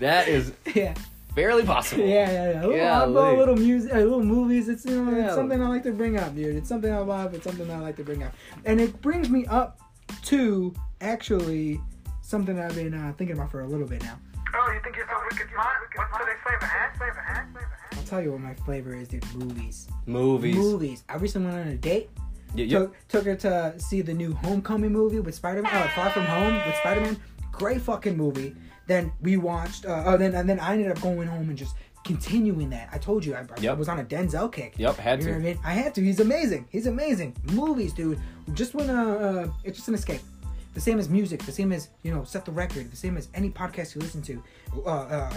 B: That is
A: (laughs) Yeah.
B: fairly possible.
A: Yeah, yeah, yeah. A little
B: Yeah,
A: oddball,
B: like-
A: little music, uh, little movies. It's, you know,
B: Yeah.
A: it's something I like to bring up, dude. It's something I love. It's something I like to bring up, and it brings me up to actually something I've been uh, thinking about for a little bit now.
E: Oh, you think you're so wicked smart? What's today's flavor, huh? Flavor, huh? Flavor, huh?
A: I'll tell you what my flavor is, dude. Movies,
B: Movies.
A: movies. I recently went on a date.
B: Yeah, yeah.
A: Took, took her to see the new Homecoming movie with Spider Man. Uh, Far From Home with Spider Man. Great fucking movie. Then we watched. Uh, oh, then and then I ended up going home and just continuing that. I told you I, I
B: Yep.
A: was on a Denzel kick.
B: Yep, had
A: you
B: to.
A: Know what I mean, I had to. He's amazing. He's amazing. Movies, dude. Just when uh, uh, it's just an escape. The same as music. The same as you know, set the record. The same as any podcast you listen to. Uh, uh,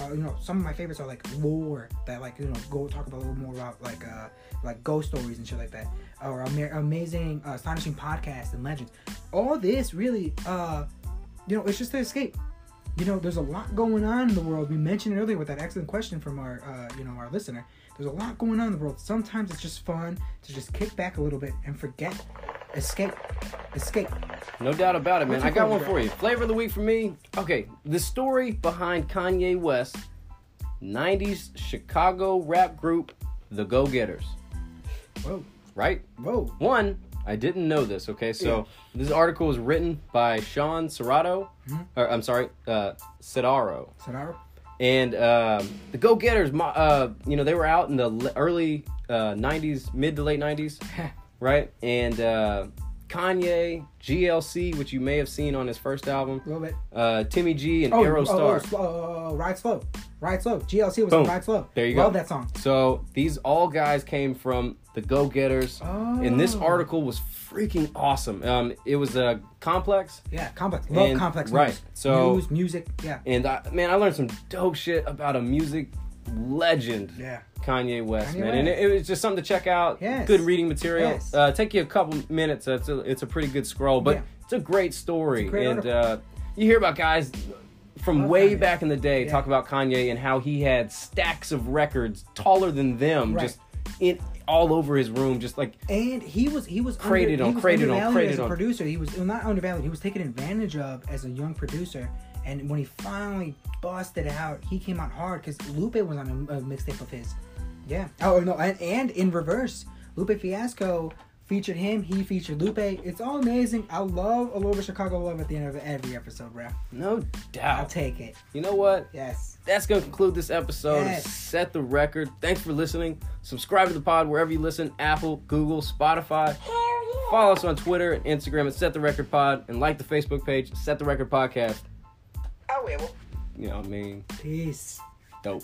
A: uh, you know, some of my favorites are like lore that like you know go talk about a little more about like uh like ghost stories and shit like that, or ama- amazing, uh, astonishing podcasts and legends. All this really, uh, you know, it's just an escape you know, there's a lot going on in the world. We mentioned it earlier with that excellent question from our, uh, you know, our listener. There's a lot going on in the world. Sometimes it's just fun to just kick back a little bit and forget, escape, escape.
B: No doubt about it, man.
A: What's your
B: I got one
A: favorite?
B: for you. Flavor of the week for me. Okay, the story behind Kanye West, 90s Chicago rap group, The Go Getters,
A: Whoa,
B: right?
A: whoa.
B: One, I didn't know this, okay? So this article was written by Sean Serrato,
A: Hmm?
B: or I'm sorry, uh, Sedaro.
A: Sonaro?
B: And um, the Go Getters, uh, you know, they were out in the l- early uh, 90s, mid to late
A: (laughs)
B: 90s, right? And uh, Kanye, GLC, which you may have seen on his first album,
A: A little bit.
B: uh, Timmy G, and
A: Oh,
B: Aerostar.
A: Oh, oh, slow- oh, oh, oh, ride slow. Ride slow. GLC was on
B: Boom.
A: Ride Slow.
B: There you
A: Love
B: go.
A: that song.
B: So these all guys came from the Go Getters, and this
A: Oh.
B: article was freaking awesome. Um, it was a complex,
A: Yeah, complex. Love
B: And-
A: complex.
B: right.
A: News.
B: So-
A: news, music. Yeah.
B: and I, man, I learned some dope shit about a music legend.
A: Yeah.
B: Kanye West,
A: Kanye
B: man, and
A: West.
B: it, it was just something to check out.
A: Yes.
B: Good reading material.
A: Yes.
B: Uh, take you a couple minutes. It's a, it's a pretty good scroll, but
A: Yeah.
B: it's a great story.
A: It's a great
B: and
A: article.
B: uh, you hear about guys from
A: Love
B: way
A: Kanye.
B: back in the day
A: Yeah.
B: talk about Kanye and how he had stacks of records taller than them,
A: Right.
B: just in all over his room, just like
A: And he was he was
B: Crated
A: under,
B: on,
A: he was
B: crated on,
A: undervalued
B: crated
A: as a
B: on.
A: producer. He was well, not undervalued. He was taken advantage of as a young producer. And when he finally busted out, he came out hard because Lupe was on a, a mixtape of his. Yeah. Oh no, and, and in reverse, Lupe Fiasco featured him. He featured Lupe. It's all amazing. I love a little bit of Chicago love at the end of every episode, bro.
B: no
A: I'll
B: doubt.
A: take it.
B: you know what?
A: Yes.
B: that's going to conclude this episode. of
A: Yes.
B: Set the record. Thanks for listening. Subscribe to the pod wherever you listen Apple, Google, Spotify. Follow us on Twitter and Instagram at Set the Record Pod and like the Facebook page, Set the Record Podcast.
F: I will.
B: You know what I mean?
A: Peace.
B: Dope.